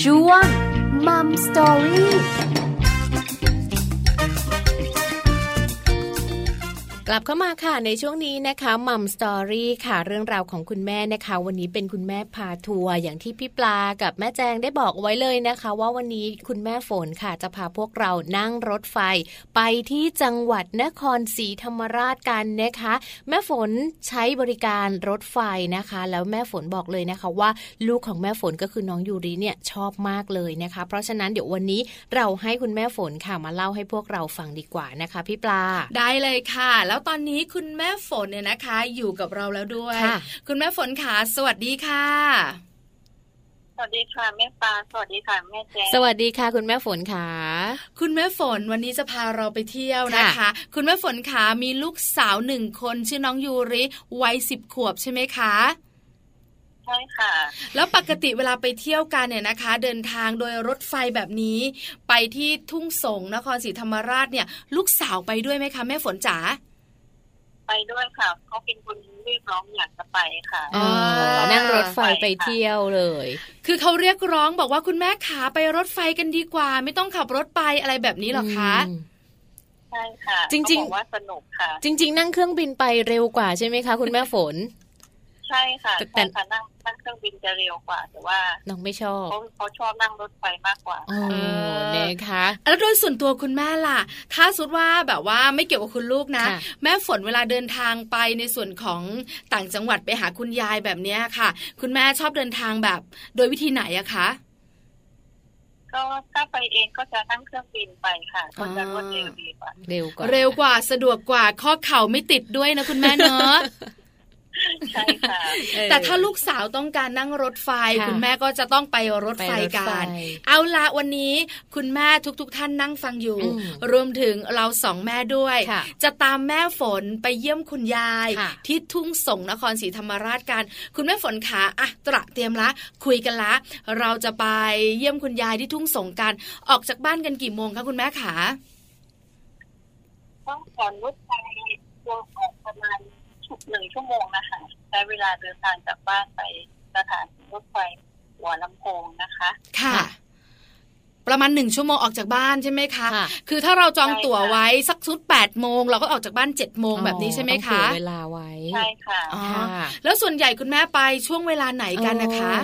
ช่วงมัมสตอรี่
กลับเข้ามาค่ะในช่วงนี้นะคะมัมสตอรี่ค่ะเรื่องราวของคุณแม่นะคะ วันนี้เป็นคุณแม่พาทัวร์อย่างที่พี่ปลากับแม่แจงได้บอกไว้เลยนะคะ ว่าวันนี้คุณแม่ฝนค่ะ จะพาพวกเรานั่งรถไฟ ไปที่จังหวัดนครศรีธรรมราชกันนะคะ แม่ฝนใช้บริการรถไฟนะคะ แล้วแม่ฝนบอกเลยนะคะว่า ลูกของแม่ฝนก็คือน้องยูริเนี่ยชอบมากเลยนะคะ เพราะฉะนั้นเดี๋ยววันนี้เราให้คุณแม่ฝนค่ะมาเล่าให้พวกเราฟังดีกว่านะคะพี่ปลา
ได้เลยค่ะ แล้วตอนนี้คุณแม่ฝนเนี่ยนะคะ อยู่กับเราแล้วด้วย
ค่ะ
คุณแม่ฝนค่ะสวัสดีค่ะ
สวัสดีค่ะแม่ปลาสวัสดีค่ะแม่แจง
สวัสดีค่ะ คุณแม่ฝนค่ะ
คุณแม่ฝนวันนี้จะพาเราไปเที่ยวนะคะ
ค่ะ
คุณแม่ฝนค่ะมีลูกสาวหนึ่งคนชื่อน้องยูริวัยสิบขวบใช่ไหมคะ
ใช่ค่ะ
แล้วปกติเวลาไปเที่ยวกันเนี่ยนะคะ เดินทางโดยรถไฟแบบนี้ ไปที่ทุ่งสงนครศรีธรรมราชเนี่ย ลูกสาวไปด้วยไหมคะแม่ฝนจ๋า
ไปด้วยค่ะเขาเป็นคนเรียกร้องอยากจะไปค่ะ
อ๋อ
นั่งรถไฟไปเที่ยวเลย
คือเขาเรียกร้องบอกว่าคุณแม่ขาไปรถไฟกันดีกว่า ไม่ต้องขับรถไปอะไรแบบนี้หรอคะ
ใช่ค่ะ
จริงๆ
เขาบอกว่าสนุกค่ะ
จริง ๆ นั่งเครื่องบินไปเร็วกว่าใช่ไหมคะ คุณแม่ฝน
ใช่ค่ะ
แต่
ใช่ค่ะนั่งนั่งเครื่องบินจะเร็วกว่า แต่ว่า
น้องไม่ชอบ
เขาเขาชอบนั่งรถไฟมากกว่า
อ๋อ
ค่ะ
อ
นะคะ
แล้วโดยส่วนตัวคุณแม่ล่ะ ถ้าสมมุดว่าแบบว่าไม่เกี่ยวกับคุณลูกนะ
ค่ะ
แม่ฝนเวลาเดินทางไปในส่วนของต่างจังหวัดไปหาคุณยายแบบเนี้ยค่ะ คุณแม่ชอบเดินทางแบบ โดยวิธีไหนอะคะ
ก็ถ้าไปเองก็จะนั่งเครื่องบินไปค่ะก็จะ
อ๋อ
รวดเร็วดีกว่า
เร็วกว่า
เร็วกว่าสะดวกกว่าข้อเข่าไม่ติดด้วยนะคุณแม่เนอะ
ใช่
[laughs]
ค่ะ
เออ
แต่ถ้าลูกสาวต้องการนั่งรถไฟ
ค่ะ
คุณแม่ก็จะต้องไปรถ
ไป
ไฟ
รถ
กั
ไฟ
น เอาละวันนี้คุณแม่ทุกๆ ท่านนั่งฟังอยู่
อืม
รวมถึงเราสองแม่ด้วย
ค่ะ
จะตามแม่ฝนไปเยี่ยมคุณยาย
ค่ะ
ที่ทุ่งสงนครศรีธรรมราชกัน คุณแม่ฝนขาอะตระเตรียมละ คุยกันละ เราจะไปเยี่ยมคุณยายที่ทุ่งสงกัน ออกจากบ้านกันกี่โมงคะคุณแม่ขา
ต้องก่อนรถไฟตัวงออกประมาณชั่วหนึ่งชั่วโมงนะคะใช้เวลาเดินทางจากบ้านไปสถานีรถไฟหัวลำโพงนะคะ
ค่ะ
ค่ะ
ประมาณหนึ่งชั่วโมงออกจากบ้านใช่ไหมคะ
ค่ะ
คือถ้าเราจอง
ใช่ค่ะ
ตั๋วไว้สักชุด8ปดโมงเราก็ออกจากบ้าน7จ็ดโมง
อ๋อ
แบบนี้ใช่ไหม
ต้องเผื่
คะ
อเวลาไว้
ใช่ค่ะ
อ๋อ
ค่ะ
แล้วส่วนใหญ่คุณแม่ไปช่วงเวลาไหนกันนะคะ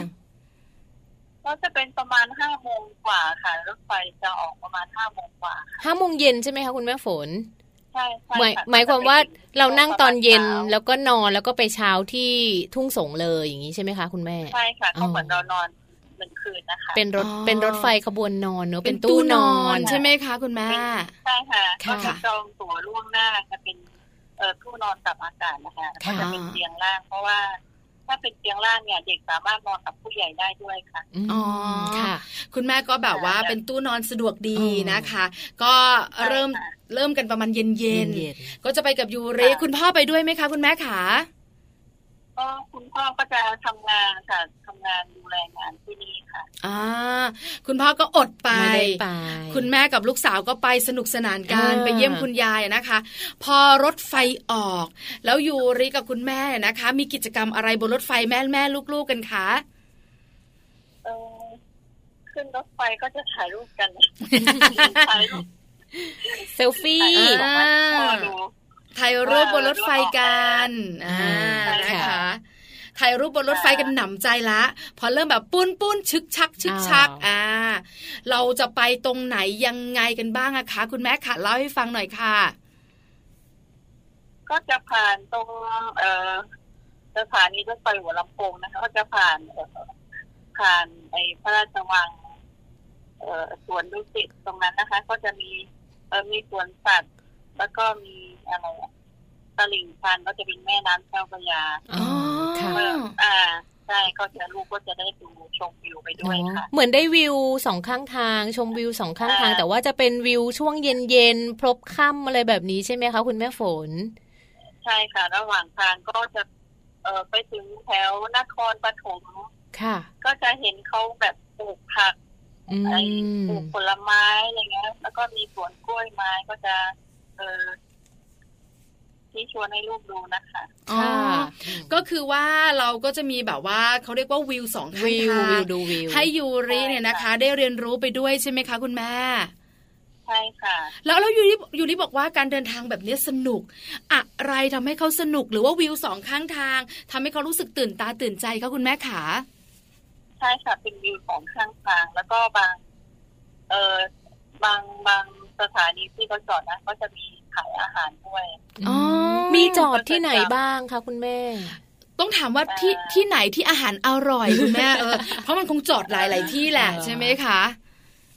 ก็จะเป็นประมาณห้าโมงกว่าค่ะ รถไฟจะออกประมาณห้าโมงกว่าค่ะ
ห้าโมงเย็นใช่ไหมคะคุณแม่ฝน
ใช่ใช่
หมาย
ค่ะ
หมายความว่าเรานั่งตอนเย็น
ประมาณช้า
แล้วก็นอนแล้วก็ไปเช้าที่ทุ่งสงเลยอย่างนี้ใช่ไหมคะคุณแม่
ใช่ค่ะ
อ๋อ
ก็เหมือนเรานอนหนึ่งคืนนะคะ
เป็นรถ
อ๋อ
เป็นรถไฟขบวนนอนเนอะเป็นตู้นอน
ใช่ไหมคะคุณแม่
ใช่ค่ะ
ค่ะ
ก็จะจองตั๋วล่วงหน้าจะเป็นเอ่อผู้นอนกับอากาศนะคะก็
ค่ะ
จะเป็นเตียงล่าง เพราะว่า ถ้าเป็นเตียงล่างเนี่ย เด็กสามารถนอนกับผู้ใหญ่ได้ด้วยค่ะ
ม
อ๋อ
ค่ะ
คุณแม่ก็แบบว่า
ค่ะ
เป็นตู้นอนสะดวกดี
อ๋อ
นะคะ ก็เริ่ม
ใช่ค่ะ
เริ่มกันประมาณเย็นเย็น
เย็น
ก็จะไปกับยูริคุณพ่อไปด้วยไหมคะ คุณแม่ขา
ก็คุณพ่อก็จะทำงานค่ะทำงานดูแลงานที่นี่ค่ะ
อ่า คุณพ่อก็อดไป
ไม่ได้ไป
คุณแม่กับลูกสาวก็ไปสนุกสนานกัน
อ่า
ไปเยี่ยมคุณยายอะนะคะ พอรถไฟออก แล้วยูริกับคุณแม่นะคะ มีกิจกรรมอะไรบนรถไฟแม่แม่ๆลูกๆกันคะ
เออขึ้นรถไฟก็จะถ่ายรูป
[laughs]
กัน ถ่ายรูป
เซลฟี่
ถ่ายรูปออกมาให้พ่อดู
ถ่ายรูปบนรถไฟกัน
อ่า
อ่านะ
ค่ะ
คะถ่ายรูปบนรถไฟกันหนำใจละ พอเริ่มแบบปุ้นปุ้นชึกชักชึกชัก
อ้าว
อ่า เราจะไปตรงไหนยังไงกันบ้างอะคะ คุณแม่ค่ะเล่าให้ฟังหน่อยค่ะ
ก็จะผ่านตรงเอ่อสถานีรถไฟหัวลำโพงนะคะ ก็จะผ่านเอ่อผ่านไอ้พระราชวัง เอ่อสวนดุสิตตรงนั้นนะคะ ก็จะมีเอ่อมีสวนสัตว์ แล้วก็มีอะไรอะตลิ่งชันก็จะเป็นแม่น้ำเจ้าพระยา
อ๋อค่ะ
เอ่ออ่าใช่ก็จะลูกก็จะได้ดูชมวิวไปด้วยค่ะ
เหมือนได้วิวสองข้างทาง ชมวิวสองข้างทาง
อ่า
แต่ว่าจะเป็นวิวช่วงเย็นเย็นๆพลบค่ำอะไรแบบนี้ใช่ไหมคะคุณแม่ฝน
ใช่ค่ะ ระหว่างทางก็จะ เอ่อไปถึงแถวนครปฐม
ค่ะ
ก็จะเห็นเขาแบบปลูกผัก
อื
ไอ้
ม
ปลูกผลไม้อะไรเงี้ย แล้วก็มีสวนกล้วยไม้ก็จะ เออ ที่ชวนให้ลูกดูนะคะ
อ๋อ
ค่ะ
ก็คือว่าเราก็จะมีแบบว่าเขาเรียกว่าวิวสองข้าง
วิว
ทา
วิ
ง
วดูวิว
ให้ยูริเนี่ยนะคะ ได้เรียนรู้ไปด้วยใช่ไหมคะคุณแม่
ใช่ค่ะ
แล้วแล้วยูริยูริบอกว่าการเดินทางแบบเนี้ยสนุก อะไรทำให้เขาสนุกหรือว่าวิวสองข้างทางทำให้เขารู้สึกตื่นตาตื่นใจคะคุณแม่ขา
ใช่ค่ะเป็นวิวของข้างทาง แล้วก็บาง เออบางบางสถานีที่เขาจอดนะก็จะมีขายอาหารด้วย
อ๋อ
มีจอดที่ไหนบ้างคะคุณแม่
ต้องถามว่าที่
เอ่อ
ที่ไหนที่อาหารอร่อยคุณแม่เออ เพราะมันคงจอดหลายหลายๆที่แหละ
เออ
ใช่ไหมคะ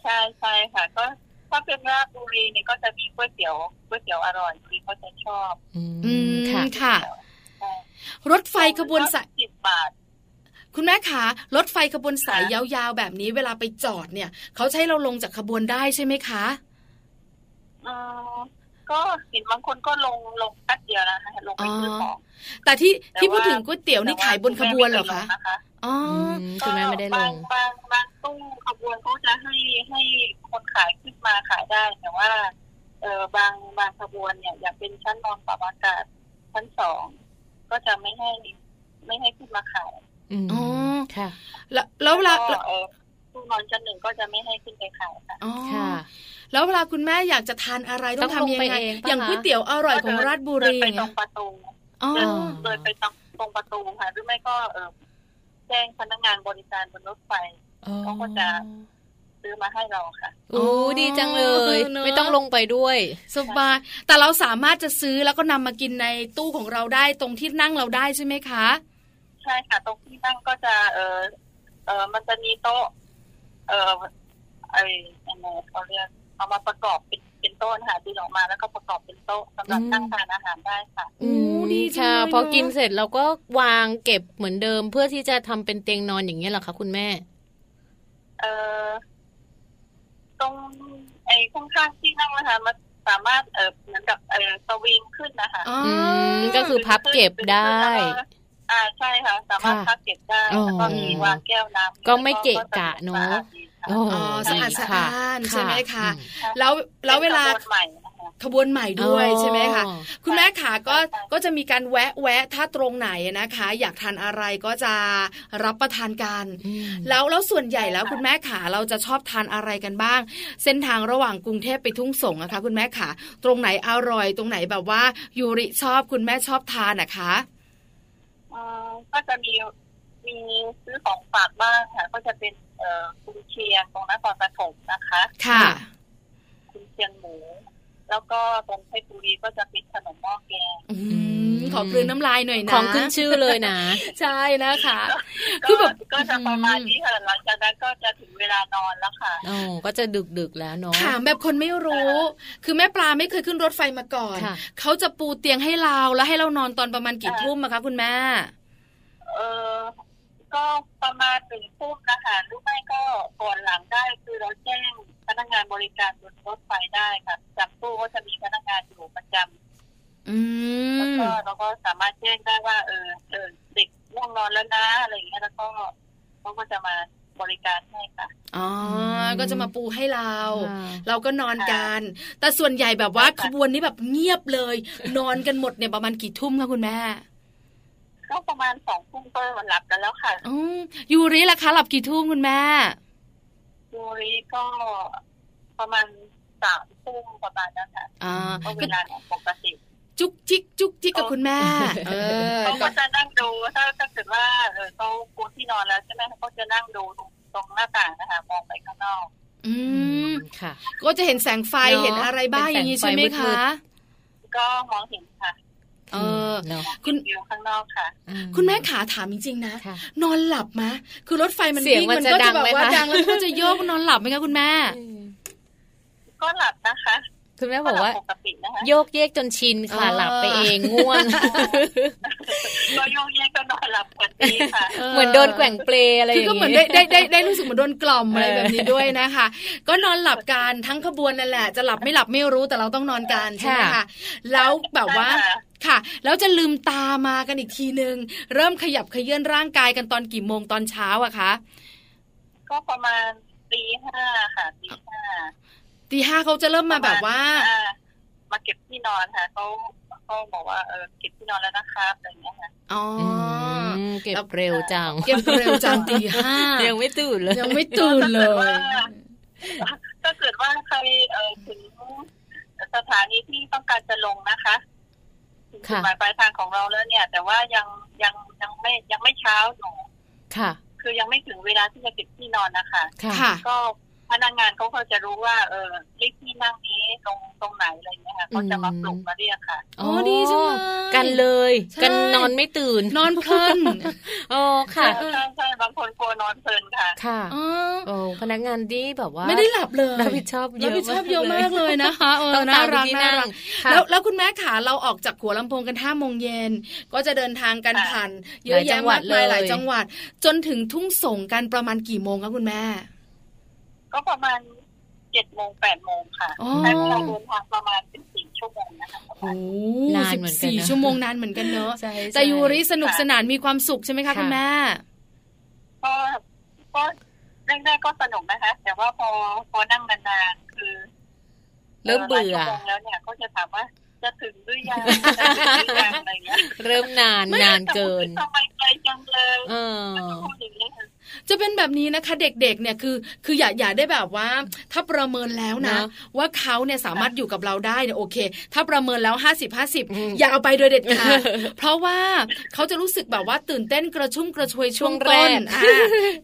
ใช่ใช่ค่ะ ก็ถ้าเป็นราชบุรีเนี่ยก็จะมีก๋วยเตี๋ยวก๋วยเตี๋ยวอร่อยที่เขาจะชอบ
อืม
ค่ะ
ค่ะ
ใช่
รถไฟขบวนสาย
สิบบาท
คุณแม่ขารถไฟขบวนสาย
ค่ะ
ยาวๆแบบนี้เวลาไปจอดเนี่ยเขาใช้เราลงจากขบวนได้ใช่ไหมคะ
อืมก็เห็นบางคนก็ลงลงแป๊บเดียวนะคะลงไปซื้อของ
แต่ที่
แต่
ที่พูด
ว่า
ถึงก๋วยเตี๋ยวนี่
แต่
ขายบนขบวนเหรอคะ
ไม่ได้ลงน
อ๋อ
อื
อ
มคุณแม่ไม่ได้ล
บาง
ง
บางบางตู้ขบวนเขาจะให้ให้คนขายขึ้นมาขายได้ แต่ว่า เออบางบางขบวนเนี่ยอย่างเป็นชั้นรองปรับอากาศชั้นสองก็จะไม่ให้ไม่ให้ขึ้นมาขาย
อืม
อ๋อ
ค่ะ
แล้วแล้วเวลา
ก็เออตู้นอนชั้นหนึ่งก็จะไม่ให้ขึ้นไปขายค่ะ
อ๋อ
ค่ะ
แล้วเวลาคุณแม่อยากจะทานอะไรต้อ
ต้
ง
อง
ทำยัง
ลงไป
ไง
เองปะ
อย่าง
คะ
ก๋วยเตี๋ยวอร่อยของราชบุรี
เดินไปต
เนี่
ร
ย
งประตู
อ๋อ
เดินเดินไปตรงตรงประตูค่ะหรือไม่ก็เออแจ้งพนักงานบริการบนรถไฟ
อ๋อ
เขาก็จะ ซื้อมาให้เราค่ะ
โอ้ดีจังเลย
เออเนอะ
ไม่ต้องลงไปด้วย
สบายแต่เราสามารถจะซื้อแล้วก็นำมากินในตู้ของเราได้ตรงที่นั่งเราได้ใช่ไหมคะ
ใช่ค่ะ ตรงที่นั่งก็จะเออเออมันจะมีโต๊ะ เออไออะไรเขาเรียกเอามาประกอบเป็นเป็นโต๊ะนะคะดึงออกมาแล้วก็ประกอบเป็นโต๊ะสำหรับ
อืม
นั่งทานอาหารได้ค่ะ
โอ้ดีจังเลย
ค่ะ
เนอะ
พอกินเสร็จเราก็วางเก็บเหมือนเดิมเพื่อที่จะทำเป็นเตียงนอนอย่างเงี้ยเหรอคะคุณแม่
เออตรงไอ้ข้างๆที่นั่งนะคะมันสามารถเออเหมือนกับเออสวิงขึ้นนะคะ
อ๋อ
อืม
อ
ก็คือพับเก็บได้
อ่าใช่ค่ะ สามารถ
ค่ะ
พับเก็บได้
อ๋อ
แล้วก็มีวางแก้วน้ำ
ก็ไม่เกะกะเนอะโ
ก็
อ๋อสะอาดสะ
ค่ะ
อาดใช่ไหมคะ
อืม
สะอาดดีค่ะ
แล้วแล้วเวลา
ป็นกระบวนใหม่นะ
ข
คะ
บวนใหม่ด้วยใช่ไหมคะ
อ๋อ
คุณแม่ขาก็
ใช่ค่ะ
ก็จะมีการแวะแวะถ้าตรงไหนนะคะ อยากทานอะไรก็จะรับประทานกัน
อืม
แล้วแล้วส่วนใหญ่แล้วคุณแม่ขาเราจะชอบทานอะไรกันบ้าง เส้นทางระหว่างกรุงเทพไปทุ่งสงนะคะ คุณแม่ขาตรงไหนอร่อย ตรงไหนแบบว่ายูริชอบคุณแม่ชอบทานนะคะ
อืมก็จะมีมีซื้อของฝากบ้างค่ะ ก็จะเป็นเอ่อคุณเชียงตรงนครปฐมนะคะ
ค่ะ
คุณเชียงหมู แล้วก็ตรงเพชรบุรีก็จะเป็นขนมหม้อแกง
[laughs]
อืม
ม
ขอกลืนน้ำลายหน่อยนะ
ของขึ้นชื่อเลยนะ [laughs]
ใช่นะคะ คื
ก็
อแบบ
ก็จะประมาณนี้ค่ะหลังจากนั้นก็จะถึงเวลานอนแล้วค่ะ
อ๋อ ก็จะดึกดึกๆแล้วเนาะ
ถามแบบคนไม่รู้ คือแม่ปลาไม่เคยขึ้นรถไฟมาก่อน
ค่ะ
เขาจะปูเตียงให้เราแล้วให้เรานอนตอนประมาณกี่
ค่ะ
ทุ่มอะคะคุณแม่
เออก็ประมาณถึงทุ่มนะคะหรือไม่ก็ก่อนหลังได้คือเราแจ้งพนักงานบริการบนรถไฟได้ค่ะจำตู้ก็จะมีพนักงานอยู่ประจำ
อื
แล้ว
ม
ก็เราก็สามารถแจ้งได้ว่า เออเออเด็กง่วงนอนแล้วนะอะไรอย่างเงี้ยแล้วก็เขาก็จะมาบริการให้ค่ะ
อ๋อก็จะมาปูให้เรา
ค่ะ
เราก็นอนกัน แต่ส่วนใหญ่แบบว่าขบวนนี้แบบเงียบเลย นอนกันหมดเนี่ยประมาณกี่ทุ่มคะคุณแม่
ก็ประมาณสองทุ่มก็หลับกันแล้วค่ะ
อมยูริล่ะคะหลับกี่ทุ่มคุณแม่
ยูรีก็ประมาณสามทุ่มประมาณนั้นค่ะ
อ่า
ก็เว
ก็
ลาของปกติ
จุกจิกจุกจิกกับคุณแม่ เออ
เขา
ก็
ก็จะนั่งดูถ้าถ้าเกิดว่าเออเขาปูที่นอนแล้วใช่ไหมเขาก็จะนั่งดูตรงหน้าต่างนะคะมองไปข้างนอก
อืม
ค่ะ
ก็จะเห็นแสงไฟ
เนอะ
เห็นอะไรบ้างอย่างนี้ใช่ไหม
เป็นแสงไฟมื
คะ
ด
ก็มองเห็นค่ะ
เออ
เนาะ
คุณ
วิวข้างนอกค่ะ
อื
คุณแม่ขาถามจริงๆนะ
ค่ะ
นอนหลับมะ คือรถไฟมัน
เสียง
วิ่ง
มัน
มัน
จะ
ก็
ดั
จะ
ง
แบบ
ไหม
ว่า
คะ
ดังแล้วมันก็จะโยกมันนอนหลับไหมคะคุณแม่
ก็หลับนะคะ
คุณแม่บอกว่า
หลัปกตินะคะ
โยกเยกจนชินค่ะ
เออ
หลับไปเองง่วง
[laughs] ก็โยงเยกก็นอนหลับปกติค่ะ
เหมือนโดนแกว่งเปลอะไรอ
คือย่าง ก็เหมือนได้
งี้
ได้ได้ได้รู้สึกเหมือนโดนกล่อมอะไร
เออ
แบบนี้ด้วยนะคะ [laughs] ก็นอนหลับกันทั้งขบวนนั่นแหละ จะหลับไม่หลับไม่รู้แต่เราต้องนอนกันใช่ไหมคะแล้วแบบว่า
ใช่ค่ะ
ค่ะ แล้วจะลืมตามากันอีกทีนึง เริ่มขยับเขยื่อนร่างกายกันตอนกี่โมงตอนเช้าอะคะ
ก็ประมาณตีห้าค่ะตีห้า
ตีห้าเขาจะเริ่มมาแบบว่า
อ่ามาเก็บที่นอนค่ะเขา ก็บอกว่าเออเก็บที่นอนแล้วนะครับอะไรอย่างเงี้ยค่ะ
อ๋อ
อื
อ
มเก็
แล้ว
บเร็วจัง
เก็บเร็วจังตีห้า
ยังไม่ตื่นเลย
ยังไม่ตื่นเลย
ถ้าเกิดว่าใครเออถึงสถานีที่ต้องการจะลงนะคะถึงจุด
ค่ะ
หมายปลายทางของเราแล้วเนี่ย แต่ว่ายังยังยังไม่ยังไม่เช้าอยู่
ค่ะ
คือยังไม่ถึงเวลาที่จะเก็บที่นอนนะคะ
ค่ะ
ค่ะ
ก็พนักงานเขาก็จะรู้ว่า เออเลขที่นั่งนี้ตรงตรงไหนอะไรอย่างเงี้ยค่ะเขาจะมาปลุกมาเรียกค่ะ
อ๋อดีจังเลย
กันเลย
ใช่
กันนอนไม่ตื่น
นอนเพลิน
อ๋อค่ะ
ใช่ใช่บางคนกลัวนอนเพลินค่ะ
ค่ะ
อ๋อ
โอ้พนักงานดีแบบว่า
ไม่ได้หลับเลย
รับผิดชอบเย
รั
อะ
บผิดชอบเยอะมากเลยนะคะเออ
ต้อง
น่า
ตาม
รัก
ที่
น่ารั
นั่ง
ก
ค่ะ
แล้วแล้วคุณแม่ขาเราออกจากหัวลำโพงกันห้าโมงเย็นก็จะเดินทางกัน
ค่ะ
ผ่านเยอะแยะมากมาย
ห
ห
ลา
ลายย
จั
จั
ง
ง
ห
ห
วั
วั
ด
ด จนถึงทุ่งสงกันประมาณกี่โมงคะคุณแม่
ก็ประมาณเจ็ดโมงแปดโมงค่ะ
อ๋อ
ใช้เวลาเดินทางประมาณสิบสี่ชั่วโมงนะคะ
โอ้
นาน
สิบ
เหมือนกัน
สี่
นะ
ชั่วโมงนานเหมือนกันเนอะ
ใช่
แต่
ใช่
ยูริสนุก
ค่ะ
สนานมีความสุขใช่ไหมคะ
ค่ะ
คุณแม่
ก็ก็แรกๆก็สนุกนะคะ แต่ว่าพอพอนั่งนานๆคือ
เริ่มเบื่อ
หลายชั่วโมงแล้วเนี่ยก็จะถามว่าจะถึงหรือยังจะถึงหรือยังอะไรเงี้ย
เริ่มน [laughs] านนานเกิน
ทำไมใจจังเลย
เออ
พูดอย่างเงี้ยค่ะ
จะเป็นแบบนี้นะคะ เด็กๆเนี่ยคือ คืออย่าอย่าได้แบบว่า ถ้าประเมินแล้วนะ
เนอะ
ว่าเขาเนี่ยสามารถอยู่กับเราได้เนี่ยโอเค ถ้าประเมินแล้ว 50
อืม
50 อย่าเอาไปโดยเด็ดขาด
[laughs]
เพราะว่าเขาจะรู้สึกแบบว่าตื่นเต้นกระชุ่มกระชวยช่วง
ช่วงแร
ต้น
ก
อ่า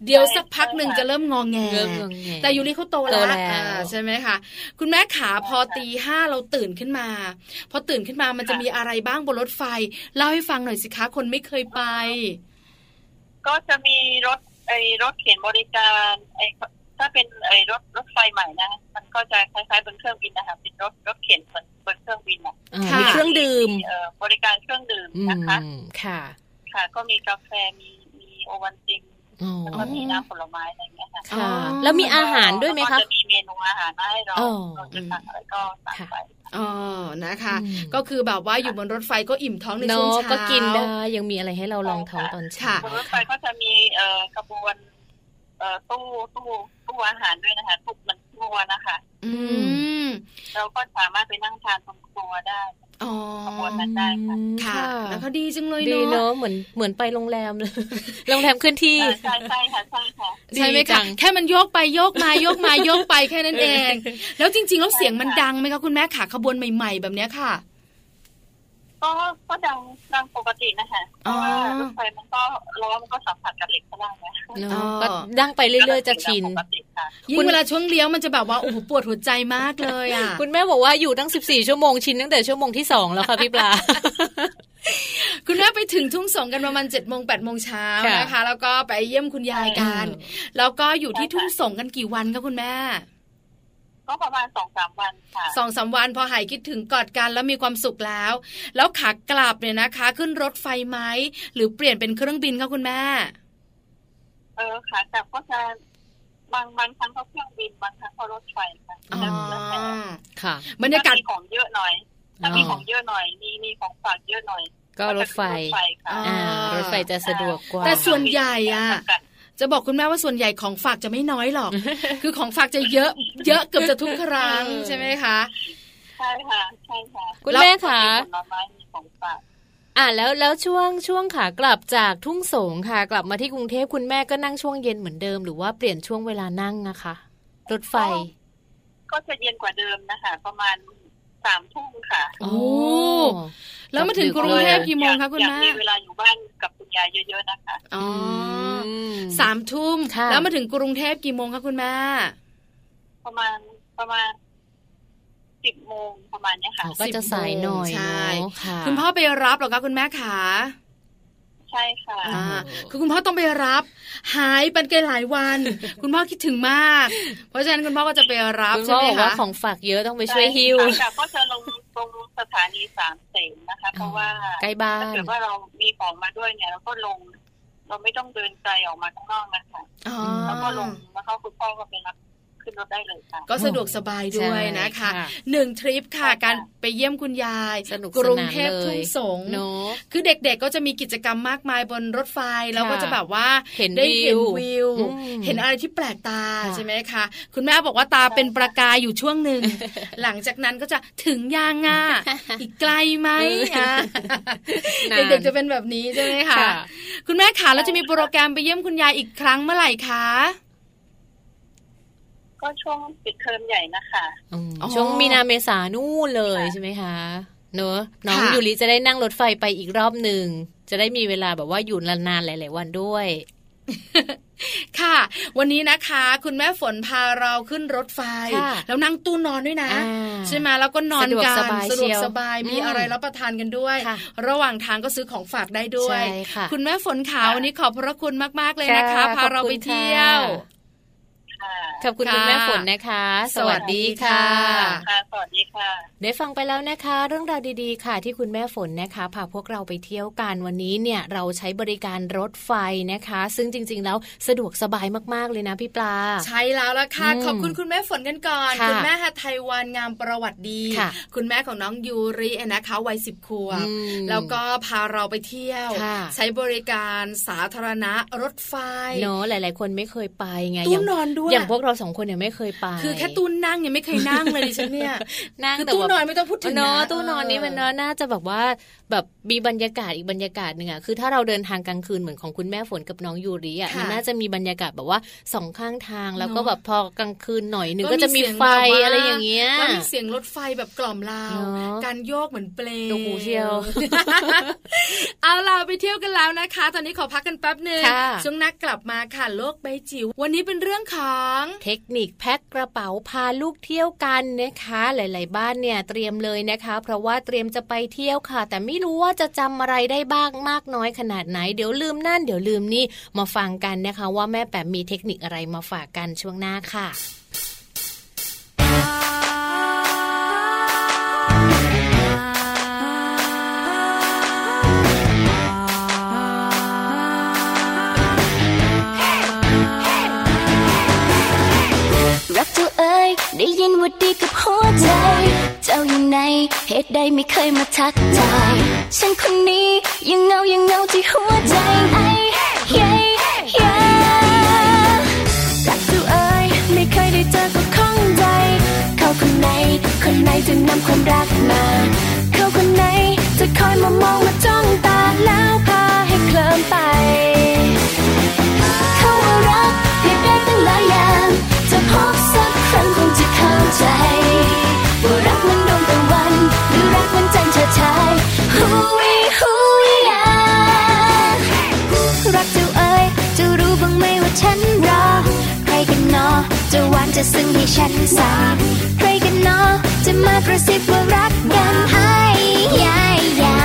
เดี๋ยวสักพักหนึ่งจะเริ่มงองแง
เริ่มงงแง
แต่ยูริเขาโต
โต
แล้ว
แล้ว
อ่าใช่ไหมคะคุณแม่ขาพอตีห้าเราตื่นขึ้นมา พอตื่นขึ้นมามันจะ
ค่ะ
มีอะไรบ้างบนรถไฟ เล่าให้ฟังหน่อยสิคะคนไม่เคยไป
ก็จะมีรถไอ้รถเข็นบริการไอ้ถ้าเป็นไอ้รถรถไฟใหม่นะมันก็จะคล้ายๆบนเครื่องบินนะคะเป็นรถรถเข็นเหมือนบนเครื่องบินอ่ะ
า
ค่ะ
มีเครื่องดื่ม
เอ่อบริการเครื่องดื่ม
อื
นะคะ
มค่ะ
ค่ะ ก็มีกาแฟมีมีโอวันติน
อ๋อ
แล้วก็มีน้ำผลไม้อะไรอย่างเงี้ยค่ะ
ค่ะ
อ๋อ
แล้วมีอาหารด้วยไหมคะ
ก็จะมีเมนูอาหารมาให้เรา
อ๋อ
เราจะสั่งอะไรก็สั่งไป
อ๋อนะคะ
อืม
ก็คือแบบว่าอยู่บนรถไฟก็อิ่มท้องใน
เน
ช่วง
อะ
เช้า
ก็กินได้ยังมีอะไรให้เราลองท้องตอนเช้า
ค่ะ
บนรถไฟก็จะมีเอ่อขบวนเอ่อตู้ตู้ตู้อาหารด้วยนะคะทุกมันทั่วนะคะ
อืม
เราก็สามารถไปนั่งทานตรงครัวได้
อ๋อ
ขบวนนั้นได้ค่ะ
ค่ะ แล้วก็ดีจังเลย
ดี
เนาะ
เนาะเหมือนเหมือนไปโรงแรม [laughs] เลย โรงแรมเคลื่อนที่
ใช่ใช่ใช่ค่ะใช่ค่ะ
ใช่ไหม
ดีจั
คะ
ง
แค่มันโยกไปโยกมาโยกมาโยก
[laughs]
ไปแค่นั้นเอง แล้วจริง ๆ แล้วเสียงมันดังไหมคะคุณแม่ขาขบวนใหม่ ๆ แบบเนี้ยค่ะ
ก็ก็ดังดังปกตินะคะเพ
อ๋อ
ราะว่ารถไฟมันก็ล้อมันก็สัมผัสกับเหล็กก็ได้นะ
เน
อ๋
อะ
อ
ก็ดังไปเรื่อยๆจะชิน
ก็ดังปกติค่ะ
ยิ่
คุ
ง
ณ
เวลาช่วงเลี้ยวมันจะแบบว่าโอ้โหปวดหัวใจมากเลยอ่ะ
คุณแม่บอกว่าอยู่ตั้ง 14 ชั่วโมงชินตั้งแต่ชั่วโมงที่สองแล้วค่ะพี่ปลา
คุณแม่ไปถึงทุ่งสงกันประมาณ7จ็ดโมงแปดโมงเช้า
ค่ะ
นะคะ แล้วก็ไปเยี่ยมคุณยายกัน แล้วก็อยู่ที่ทุ่งสงกันกี่วันคะคุณแม่
ก็ประมาณสองสามวันค่ะ
สองสามวันพอหายคิดถึงกอดกันแล้วมีความสุขแล้ว แล้วขากลับเนี่ยนะคะ ขึ้นรถไฟไหมหรือเปลี่ยนเป็นเครื่องบินคะคุณแม่
เออค่ะแต่ก็จะบางบางครั้งก็เครื่องบินบางครั้งก็รถไฟค่ะ
อ๋อ
แล้วแต่
ค่ะ
บรรยากาศ
ถ้มีของเยอะหน่อยถ้ามีของเยอะหน่อย มีมีของฝากเยอะหน่อย
ก็รถไฟ
ก็จะขึ้นรถไฟค่ะ
อ๋อ
อ่ารถไฟจะสะดวกกว่า
แต่ส่วน ใหญ่อะ จะบอกคุณแม่ว่าส่วนใหญ่ของฝากจะไม่น้อยหร
[laughs]
อก คือของฝากจะเยอะ เยอะเกือบจะทุกครั้งใช่ไหมคะ
ใช่ค่ะใช่ค่ะ
คุณแม่ค่ะ
มีผลไม้มีของฝาก
อ่ะแล้วแล้วช่วงช่วงขากลับจากทุ่งสงค่ะ กลับมาที่กรุงเทพคุณแม่ก็นั่งช่วงเย็นเหมือนเดิมหรือว่าเปลี่ยนช่วงเวลานั่งนะคะ รถไฟ
ก็จะเย็นกว่าเดิมนะคะ ประมาณสามทุ่มค่ะ
โอ้ แล้วมาถึงกรุงเทพกี่โมงคะคุณ
อยาก
แม่
มีเวลาอยู่บ้านกับคุณยายเยอะๆนะคะ
อ๋ออ
ม
สามทุ่ม
ค่ะ
แล้วมาถึงกรุงเทพกี่โมงคะคุณแม่
ประมาณประมาณสิบโมงประมาณเนี้ยค่ะ
อ๋อก็จะสายหน่อย
ใช่
เนาะค่ะ
คุณพ่อไปรับเหรอคะคุณแม่ขา
ใช่ค่ะ
อ่าคือคุณพ่อต้องไปรับ หายเป็นไกลหลายวัน
[laughs]
คุณพ่อคิดถึงมาก เพราะฉะนั้นคุณพ่อก็จะไปรับ
คุณ
ใช่
พ่อ
ไหม
บอกว่า
คะ
ของฝากเยอะต้องไปช่วยฮิ้ว
ใช่ค่ะก็จะลงตรงสถานีสามเสนนะคะ เพราะว่า
ใกล้บ้า
ถ้าน เกิดว่าเรามีของมาด้วยเนี่ยเราก็ลง เราไม่ต้องเดินไกลออกมาข้างนอกนะคะ
อ๋อ
แล้วก็ลงแล้วก็คุณพ่อก็ไปรับ ขึ้นรถได้เลยค่ะ
ก็สะดวกสบายด้วยนะคะ หนึ่งทริปค่ะ
ค่ะ
การไปเยี่ยมคุณยาย
สนุก
กรุง
สนาน
เทพ
เลย
ทุ่งสงศ์
เนอะ
คือเด็กๆก็จะมีกิจกรรมมากมายบนรถไฟแล้วก็
ค่ะ
จะแบบว่า
เห็น
ได้เห็น
วิว
วิว
อืม
เห็นอะไรที่แปลกตา
ค่ะ
ใช่ไหมคะ คุณแม่บอกว่าตาเป็นประกายอยู่ช่วงห
[laughs]
นึ่ง หลังจากนั้นก็จะถึงยางง่าอีกไกลไหมอ่ะ
นาน
เด็กๆจะเป็นแบบนี้ใช่ไหมคะ
ค่ะ
คุณแม่ขาเราจะมีโปรแกรมไปเยี่ยมคุณยายอีกครั้งเมื่อไหร่คะ
ก็ช่วงปิดเทอมใหญ่นะคะ
อืม
อ๋อ
ช่วงมีนาเมษานู่นเลยใช่ไหมคะ เนอะน้อง
ค่ะ
ยูริจะได้นั่งรถไฟไปอีกรอบหนึ่ง จะได้มีเวลาแบบว่าอยู่นานๆหลาย ๆ วันด้วย
ค่ะ วันนี้นะคะ คุณแม่ฝนพาเราขึ้นรถไฟ
ค่ะ
แล้วนั่งตู้นอนด้วยนะ
อ่า
ใช่ไหมแล้วก็นอน
สะดวก
กัน
สบาย
สะดว
เชี
ก
ยว
สบายมี
อืม
อะไรรับประทานกันด้วย
ค่ะ
ระหว่างทางก็ซื้อของฝากได้ด้วย
ใช่ค่ะ
คุณแม่ฝนขาววันนี้ขอบพระคุณมากๆเลยนะคะ
ค่ะ
พาเรา
ขอบคุณ
ไปเที่ยว
ค่ะ
ค่ะ
ขอบคุณ
ค่ะ
คุณแม่ฝนนะคะ สวัสดีค่ะ
ค่ะ สวัสดีค่ะ
ได้ฟังไปแล้วนะคะ เรื่องราวดีๆ ค่ะ ที่คุณแม่ฝนนะคะพาพวกเราไปเที่ยวกันวันนี้เนี่ยเราใช้บริการรถไฟนะคะ ซึ่งจริง ๆ แล้วสะดวกสบายมากๆเลยนะพี่ปลา
ใช่แล้วล่ะค่ะ
อืม
ขอบคุณคุณแม่ฝนกันก่อน
ค่ะ
ณแม่ฮัทไทยวานงามประวัติดี
ค่ะ
ณแม่ของน้องยูรินะคะวัยสิบขวบ
อืม
แล้วก็พาเราไปเที่ยว
ค่ะ
ใช้บริการสาธารณะรถไฟ
เนอะหลายๆ คนไม่เคยไปไง
ตู้
ย่าง
นอนด้วย
อย่างพวกเราสองคนเนี่ยไม่เคยไป
คือแค่ตู้นั่งยังไม่เคยนั่งเลยดิฉันเนี่ย
นั่ง
คือ
แต่
ตู้
ว่าน
อนไม่ต้องพูดถึง
เนอะตู้นอน
เ
นี้มันเนอะน่าจะแบบว่าแบบมีบรรยากาศอีกบรรยากาศหนึ่งอะคือถ้าเราเดินทางกลางคืนเหมือนของคุณแม่ฝนกับน้องยูริอะ
ค่ะ
มันน่าจะมีบรรยากาศแบบว่าสองข้างทางแล้วก็
เนอะ
แบบพอกลางคืนหน่อยหนึงก็จะมีไฟ
เสีแบบว่
อะไรอย่างเงี้ย
แล้วมีเสียงรถไฟแบบกล่อมเรา
เนอะ
การโยกเหมือนเปล
ดูหูเชียว
[laughs] เอาล่ะไปเที่ยวกันแล้วนะคะ ตอนนี้ขอพักกันแป๊บหนึ่ง
ค่ะ
ช่วงหนักกลับมาค่ะโลกใบจิ๋ววันนี้เป็นเรื่องของ
เทคนิคแพ็คกระเป๋าพาลูกเที่ยวกันนะคะ หลาย ๆ บ้านเนี่ยเตรียมเลยนะคะ เพราะว่าเตรียมจะไปเที่ยวค่ะ แต่ไม่รู้ว่าจะจำอะไรได้บ้างมากน้อยขนาดไหน เดี๋ยวลืมนั่นเดี๋ยวลืมนี่มาฟังกันนะคะ ว่าแม่แปมมีเทคนิคอะไรมาฝากกันช่วงหน้าค่ะ
รักเจ้าเอ้ยได้ยินว่าดีกับหัวใจ เจ้าอยู่ไหนเหตุใดไม่เคยมาทักทาย ฉันคนนี้ยังเหงายังเหงาที่หัวใจไอ้เย้เย้รักเจ้าเอ้ยไม่เคยได้เจอก็ข้องใจ เขาคนไหน คนไหนจะนำความรักมา เขาคนไหนจะคอยมามองมาจ้องตาแล้วพาให้เคลิ้มไป เขาว่ารักเรียกได้ตั้งหลายอย่าง จะพบสักครั้งคงจะเข้าใจ ว่ารักมันดวงตะวัน หรือรักมันจันทร์เฉดฉายฮูยฮูยอ่ะรักเจ้าเอ๋ยจะรู้บ้างไหมว่าฉันรอ ใครกันเนาะจะหวานจะซึ้งให้ฉันสั่งใครกันเนาะจะมากระซิบว่ารักกันไอ้ยายยา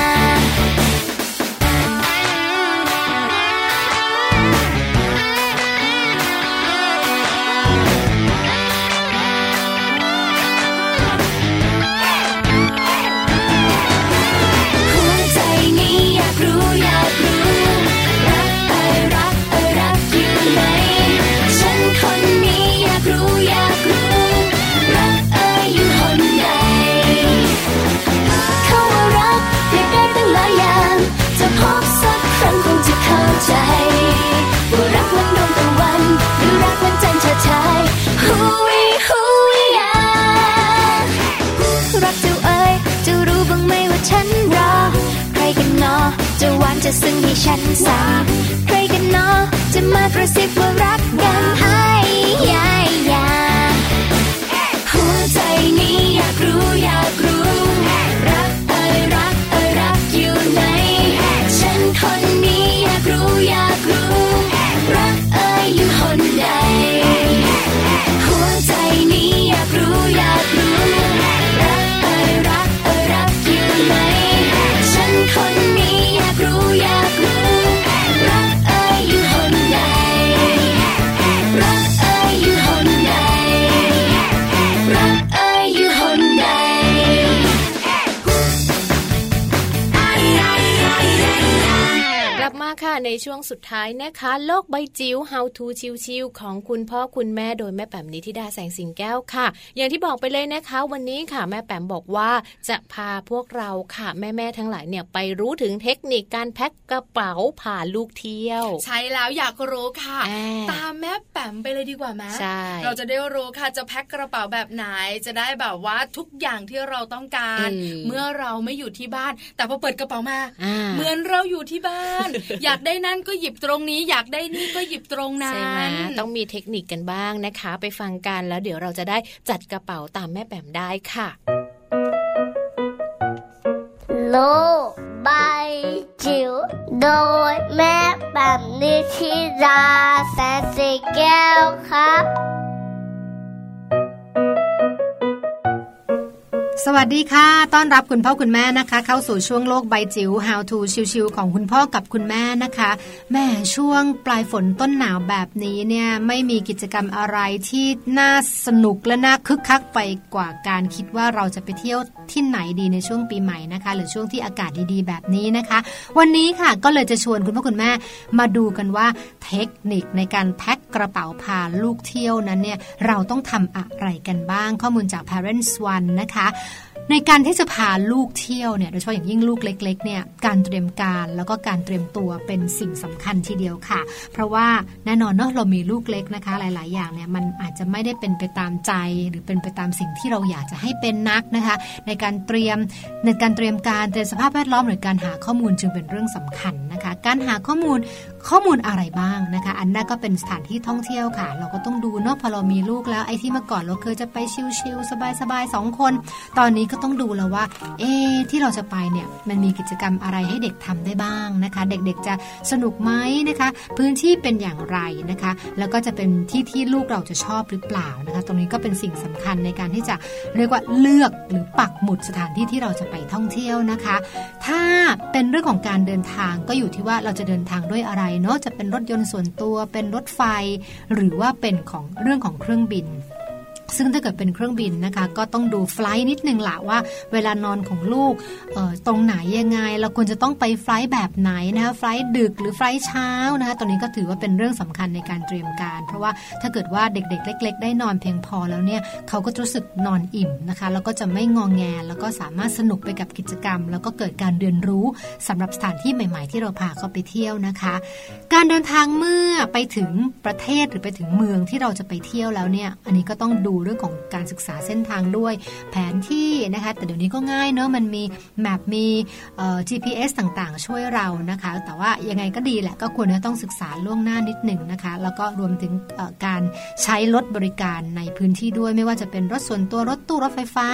หัวใจนี้อยากรู้อยากรู้ รักเออรักเออรักอยู่ไหน ฉันคนนี้อยากรู้อยากรู้ รักเอออยู่หนใด เขาว่ารักเรียกได้ตั้งหลายอย่าง จะพบสักครั้งคงจะเข้าใจ ว่ารักมันดวงตะวัน หรือรักมันจันทร์เฉดฉายฮูยฮูยอ่ะรักเจ้าเอ๋ยจะรู้บ้างไหมว่าฉันรอ ใครกันเนาะจะหวานจะซึ้งให้ฉันสั่งใครกันเนาะจะมากระซิบว่ารักกันไอ้ยายยา หัวใจนี้อยากรู้อยากรู้ รักเอ่ยรักเอ่ยรักอยู่ไหน ฉันคนนี้อยากรู้อยากรู้ รักเอ่ยอยู่หนใด หัวใจนี้อยากรู้อยากรู้ รักเอ่ยรักเอ่ยรักอยู่ไหน ฉันคนนี้อยากรู้อยากรู้ รักเอ่ยอยู่หนใด รั
ค่ะ ในช่วงสุดท้ายนะคะ โลกใบจิ๋ว How to ชิวๆของคุณพ่อคุณแม่โดยแม่แปมนิธิดาแสงสิงแก้วค่ะ อย่างที่บอกไปเลยนะคะ วันนี้ค่ะแม่แปมบอกว่าจะพาพวกเราค่ะ แม่ๆทั้งหลายเนี่ยไปรู้ถึงเทคนิคการแพ็คกระเป๋าผ่าลูกเที่ยว
ใช่แล้วอยากรู้ค่ะ
อ่า
ตามแม่แปมไปเลยดีกว่าไหม
ใช่
เราจะได้รู้ค่ะจะแพ็คกระเป๋าแบบไหน จะได้แบบว่าทุกอย่างที่เราต้องการ
อืม
เมื่อเราไม่อยู่ที่บ้าน แต่พอเปิดกระเป๋ามา
อ่า
เหมือนเราอยู่ที่บ้าน อยากได้นั่นก็หยิบตรงนี้ อยากได้นี่ก็หยิบตรงนั้น
ใช่ไหมต้องมีเทคนิคกันบ้างนะคะ ไปฟังกันแล้วเดี๋ยวเราจะได้จัดกระเป๋าตามแม่แปมได้ค่ะ
โลกใบจิ๋วโดยแม่แบบนิธิราแสนสีแก้วครับ
สวัสดีค่ะ ต้อนรับคุณพ่อคุณแม่นะคะ เข้าสู่ช่วงโลกใบจิ๋ว How to ชิวๆของคุณพ่อกับคุณแม่นะคะ แม่ช่วงปลายฝนต้นหนาวแบบนี้เนี่ยไม่มีกิจกรรมอะไรที่น่าสนุกและน่าคึกคักไปกว่าการคิดว่าเราจะไปเที่ยวที่ไหนดีในช่วงปีใหม่นะคะ หรือช่วงที่อากาศดีๆ แบบนี้นะคะ วันนี้ค่ะก็เลยจะชวนคุณพ่อคุณแม่มาดูกันว่าเทคนิคในการแพ็คกระเป๋าพาลูกเที่ยวนั้นเนี่ยเราต้องทำอะไรกันบ้างข้อมูลจาก Parents One นะคะ ในการที่จะพาลูกเที่ยวเนี่ยโดยเฉพาะอย่างยิ่งลูกเล็กๆเนี่ยการเตรียมการแล้วก็การเตรียมตัวเป็นสิ่งสำคัญทีเดียวค่ะ เพราะว่าแน่นอนเนาะเรามีลูกเล็กนะคะ หลาย ๆ อย่างเนี่ยมันอาจจะไม่ได้เป็นไปตามใจ หรือเป็นไปตามสิ่งที่เราอยากจะให้เป็นนักนะคะ ในการเตรียมในการเตรียมการเตรียมสภาพแวดล้อมหรือการหาข้อมูลจึงเป็นเรื่องสำคัญนะคะ การหาข้อมูล ข้อมูลอะไรบ้างนะคะ อันแรกก็เป็นสถานที่ท่องเที่ยวค่ะ เราก็ต้องดูเนาะพอเรามีลูกแล้วไอ้ที่เมื่อก่อนเราเคยจะไปชิลๆสบายๆสองคน ตอนนี้ก็ต้องดูแล้วว่า เอ๊ะที่เราจะไปเนี่ยมันมีกิจกรรมอะไรให้เด็กทำได้บ้างนะคะ เด็กๆจะสนุกไหมนะคะ พื้นที่เป็นอย่างไรนะคะ แล้วก็จะเป็นที่ที่ลูกเราจะชอบหรือเปล่านะคะ ตรงนี้ก็เป็นสิ่งสำคัญในการที่จะเรียกว่าเลือกหรือปักหมุดสถานที่ที่เราจะไปท่องเที่ยวนะคะ ถ้าเป็นเรื่องของการเดินทางก็อยู่ที่ว่าเราจะเดินทางด้วยอะไรเนาะจะเป็นรถยนต์ส่วนตัว เป็นรถไฟ หรือว่าเป็นของเรื่องของเครื่องบิน ซึ่งถ้าเกิดเป็นเครื่องบินนะคะ ก็ต้องดูไฟล์นิดนึงละว่า เวลานอนของลูกเอ่อตรงไหนยังไง เราควรจะต้องไปไฟล์แบบไหนนะคะไฟล์ดึกหรือไฟล์เช้านะคะตอนนี้ก็ถือว่าเป็นเรื่องสำคัญในการเตรียมการ เพราะว่าถ้าเกิดว่าเด็กๆ เล็ก ๆ ได้นอนเพียงพอแล้วเนี่ยเขาก็จะรู้สึกนอนอิ่มนะคะแล้วก็จะไม่งองแงแล้วก็สามารถสนุกไปกับกิจกรรม แล้วก็เกิดการเรียนรู้สำหรับสถานที่ใหม่ ๆ ที่เราพาเขาไปเที่ยวนะคะ การเดินทางเมื่อไปถึงประเทศหรือไปถึงเมืองที่เราจะไปเที่ยวแล้วเนี่ย อันนี้ก็ต้องดูเรื่องของการศึกษาเส้นทางด้วย แผนที่นะคะ แต่เดี๋ยวนี้ก็ง่ายเนอะมันมีแมปมีเอ่อ GPS ต่างๆ ช่วยเรานะคะ แต่ว่ายังไงก็ดีแหละก็ควรจะต้องศึกษาล่วงหน้านิดหนึ่งนะคะ แล้วก็รวมถึงเอ่อการใช้รถบริการในพื้นที่ด้วยไม่ว่าจะเป็นรถส่วนตัวรถตู้รถไฟฟ้า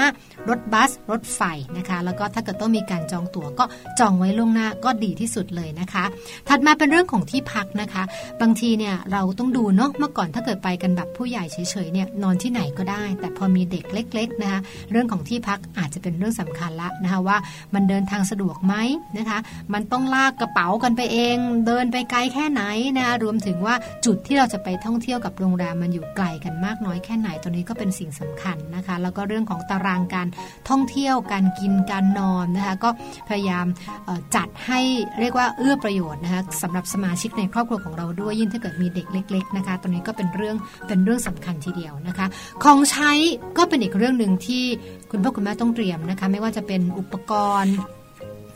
รถบัส รถไฟนะคะ แล้วก็ถ้าเกิดต้องมีการจองตั๋วก็จองไว้ล่วงหน้าก็ดีที่สุดเลยนะคะ ถัดมาเป็นเรื่องของที่พักนะคะ บางทีเนี่ยเราต้องดูเนาะเมื่อก่อนถ้าเกิดไปกันแบบผู้ใหญ่เฉยๆเนี่ยนอนที่ไหนก็ได้ แต่พอมีเด็กเล็กๆนะคะเรื่องของที่พักอาจจะเป็นเรื่องสำคัญละนะคะว่ามันเดินทางสะดวกไหมนะคะ มันต้องลากกระเป๋ากันไปเอง เดินไปไกลแค่ไหนนะคะรวมถึงว่าจุดที่เราจะไปท่องเที่ยวกับโรงแรมมันอยู่ไกลกันมากน้อยแค่ไหนตัวนี้ก็เป็นสิ่งสำคัญนะคะ แล้วก็เรื่องของตารางการท่องเที่ยวการกินการนอนนะคะก็พยายาม เอ่อจัดให้เรียกว่าเอื้อประโยชน์นะคะสำหรับสมาชิกในครอบครัวของเราด้วยยิ่งถ้าเกิดมีเด็กเล็ก ๆ นะคะตรงนี้ก็เป็นเรื่องเป็นเรื่องสำคัญทีเดียวนะคะ ของใช้ก็เป็นอีกเรื่องหนึ่งที่คุณพ่อคุณแม่ต้องเตรียมนะคะ ไม่ว่าจะเป็นอุปกรณ์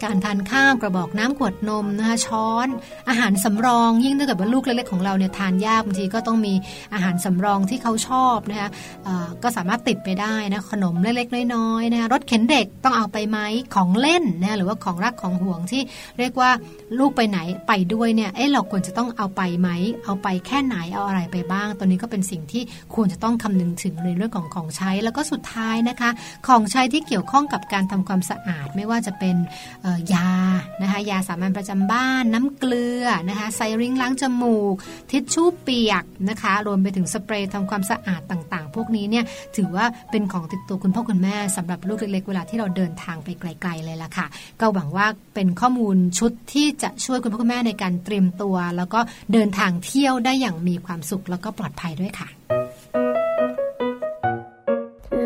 การทานข้าวกระบอกน้ำขวดนมนะคะช้อน อาหารสำรอง ยิ่งถ้าเกิดว่าลูกเล็กๆของเราเนี่ยทานยากบางทีก็ต้องมีอาหารสำรองที่เขาชอบนะคะเอ่อก็สามารถติดไปได้นะขนมเล็กๆน้อยๆนะคะรถเข็นเด็กต้องเอาไปไหมของเล่นนะคะหรือว่าของรักของห่วงที่เรียกว่าลูกไปไหนไปด้วยเนี่ยเอ๊ะเราควรจะต้องเอาไปไหมเอาไปแค่ไหนเอาอะไรไปบ้าง ตัวนี้ก็เป็นสิ่งที่ควรจะต้องคำนึงถึงในเรื่องของของใช้แล้วก็สุดท้ายนะคะ ของใช้ที่เกี่ยวข้องกับการทำความสะอาดไม่ว่าจะเป็น เอ่อยานะคะยาสามัญประจำบ้าน น้ำเกลือนะคะไซริงล้างจมูก ทิชชู่เปียกนะคะ รวมไปถึงสเปรย์ทำความสะอาดต่างๆ พวกนี้เนี่ยถือว่าเป็นของติดตัวคุณพ่อคุณแม่สำหรับลูกเล็กๆ เวลาที่เราเดินทางไปไกล ๆ เลยล่ะค่ะ ก็หวังว่าเป็นข้อมูลชุดที่จะช่วยคุณพ่อคุณแม่ในการเตรียมตัว แล้วก็เดินทางเที่ยวได้อย่างมีความสุขแล้วก็ปลอดภัยด้วยค่ะ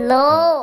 โลก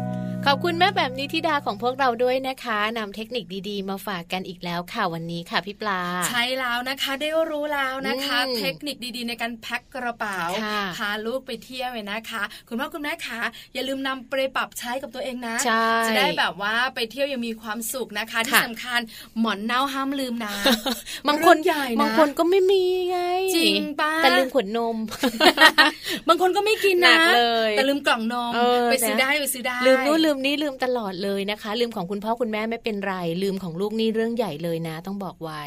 ขอบคุณแม่แบบนี้ทิดาของพวกเราด้วยนะคะนำเทคนิคดีๆ มาฝากกันอีกแล้วค่ะวันนี้ค่ะพี่ปลา
ใช่แล้วนะคะได้รู้แล้วนะคะ
อืม
เทคนิคดีๆ ในการแพ็คกระเป๋า
ค่ะ
พาลูกไปเที่ยวเนี่ยนะคะ คุณพ่อคุณแม่คะอย่าลืมนำไปปรับใช้กับตัวเองนะ
ใช่
จะได้แบบว่าไปเที่ยวยังมีความสุขนะคะ ที่
ค่ะ
สำคัญหมอนเน่าห้ามลืมนะ
[laughs] บางคน
เรื่องใหญ่นะ
บางคนก็ไม่มีไง
จริงปะ
แต่ลืมขวดนม
บางคนก็ไม่กิน
หนั
นะ
กเลย
แต่ลืมกล่องนม
เออ
ไปซื้อ
นะ
ได้ไปซื้อได้
ลืมนู่นลืมนี่ลืมตลอดเลยนะคะ ลืมของคุณพ่อคุณแม่ไม่เป็นไร ลืมของลูกนี่เรื่องใหญ่เลยนะ ต้องบอกไว้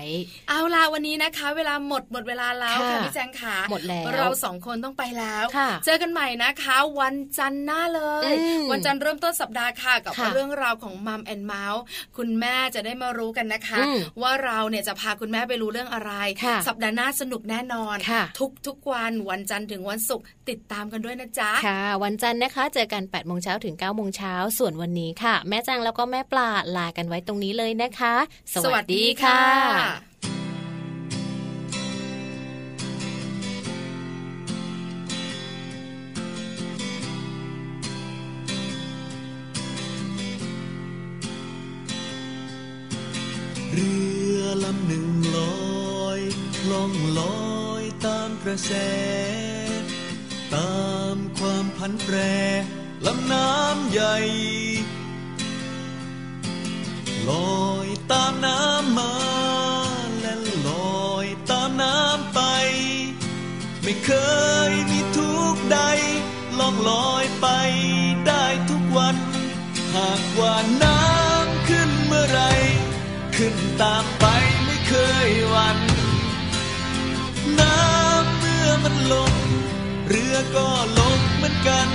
เอาล่ะวันนี้นะคะ เวลาหมดหมดเวลาแล้วค่ะ
ค่ะ
พี่แจงขา
หมดแล้ว
เราสองคนต้องไปแล้ว
ค่ะ
เจอกันใหม่นะคะ วันจันทร์หน้าเลย
อืม
วันจันทร์เริ่มต้นสัปดาห์ค่ะ กับ
ค่ะ
เรื่องราวของมัมแอนเมาส์คุณแม่จะได้มารู้กันนะคะ
อืม
ว่าเราเนี่ยจะพาคุณแม่ไปรู้เรื่องอะไร
ค่ะ
สัปดาห์หน้าสนุกแน่นอน
ค่ะ
ทุกทุกๆวันวันจันทร์ถึงวันศุกร์ติดตามกันด้วยนะจ๊ะ
ค่ะ วันจันทร์นะคะ เจอกัน8ปดโมงเช้าถึง9ก้าโมงเช้าส่วนวันนี้ค่ะ แม่แจงแล้วก็แม่ปลาลากันไว้ตรงนี้เลยนะคะ
สวัสดีค่ะ
เรือลำหนึ่งลอยล่องลอยตามกระแส ตามความพันแปรลำน้ำใหญ่ ลอยตามน้ำมาและลอยตามน้ำไป ไม่เคยมีทุกข์ใดล่องลอยไปได้ทุกวัน หากว่าน้ำขึ้นเมื่อไหรขึ้นตามไปไม่เคยหวัน น้ำเมื่อมันลง เรือก็ลงเหมือนกัน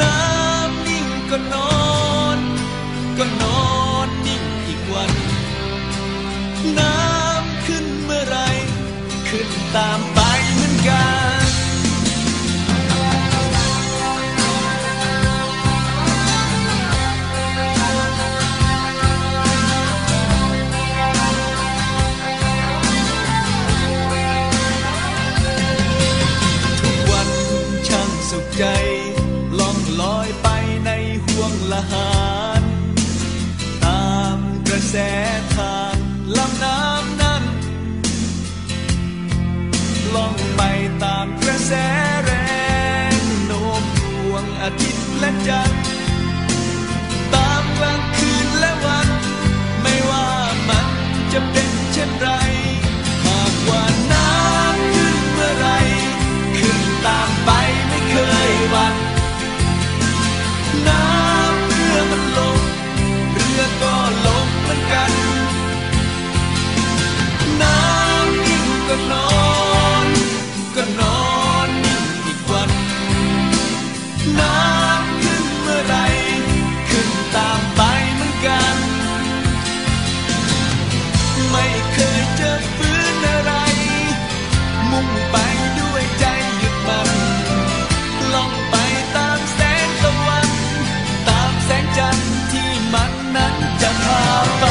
น้ำนิ่งก็นอน ก็นอนนิ่งอีกวัน น้ำขึ้นเมื่อไหรขึ้นตามไปเหมือนกัน วันช่างสุขใจล่องลอยไปในห่วงละหารตามกระแสทางลำน้ำนั้นล่องไปตามกระแสแรงโน้มถ่วงอาทิตย์และจันทร์ตามกลางคืนและวัน ไม่ว่ามันจะเป็นเช่นไร หากว่าน้ำขึ้นเมื่อไหรขึ้นตามไปไม่เคยหวัน น้ำเรือมันลง เรือก็ลงเหมือนกัน น้ำนิ่งก็นอน ก็นอนนิ่งอีกวัน น้ำขึ้นเมื่อไหรขึ้นตามไปเหมือนกัน ไม่เคยจะฟื้นอะไร มุ่งไปด้วยใจหยุดมันล่องไปตามแสงตะวัน ตามแสงจันทร์ที่มันนั้นจะพาไป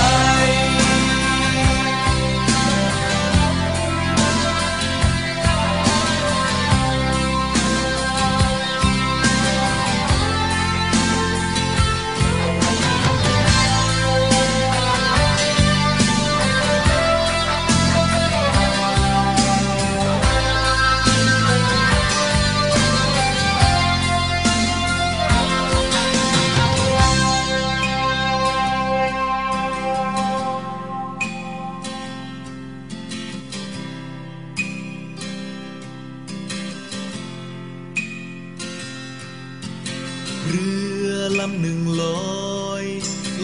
เรือลำหนึ่งลอย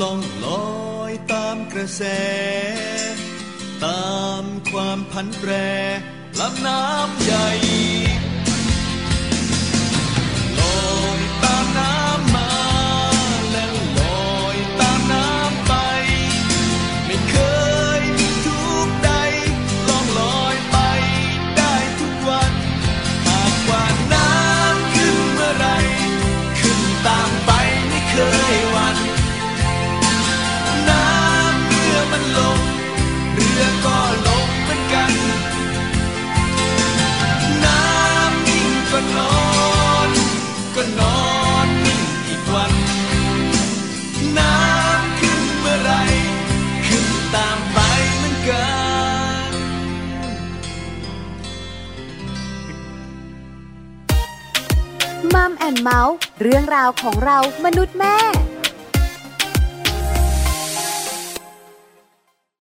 ล่องลอยตามกระแส ตามความพันแปรลำน้ำใหญ่ ลอยตามน้ำมาและลอยตามน้ำไป ไม่เคยมีทุกข์ใดล่องลอยไปได้ทุกวัน หากว่าน้ำขึ้นเมื่อไหรขึ้นตามไปไม่เคยหวัน น้ำเมื่อมันลง เรือก็ลง
เมาส์เรื่องราวของเรามนุษย์แม่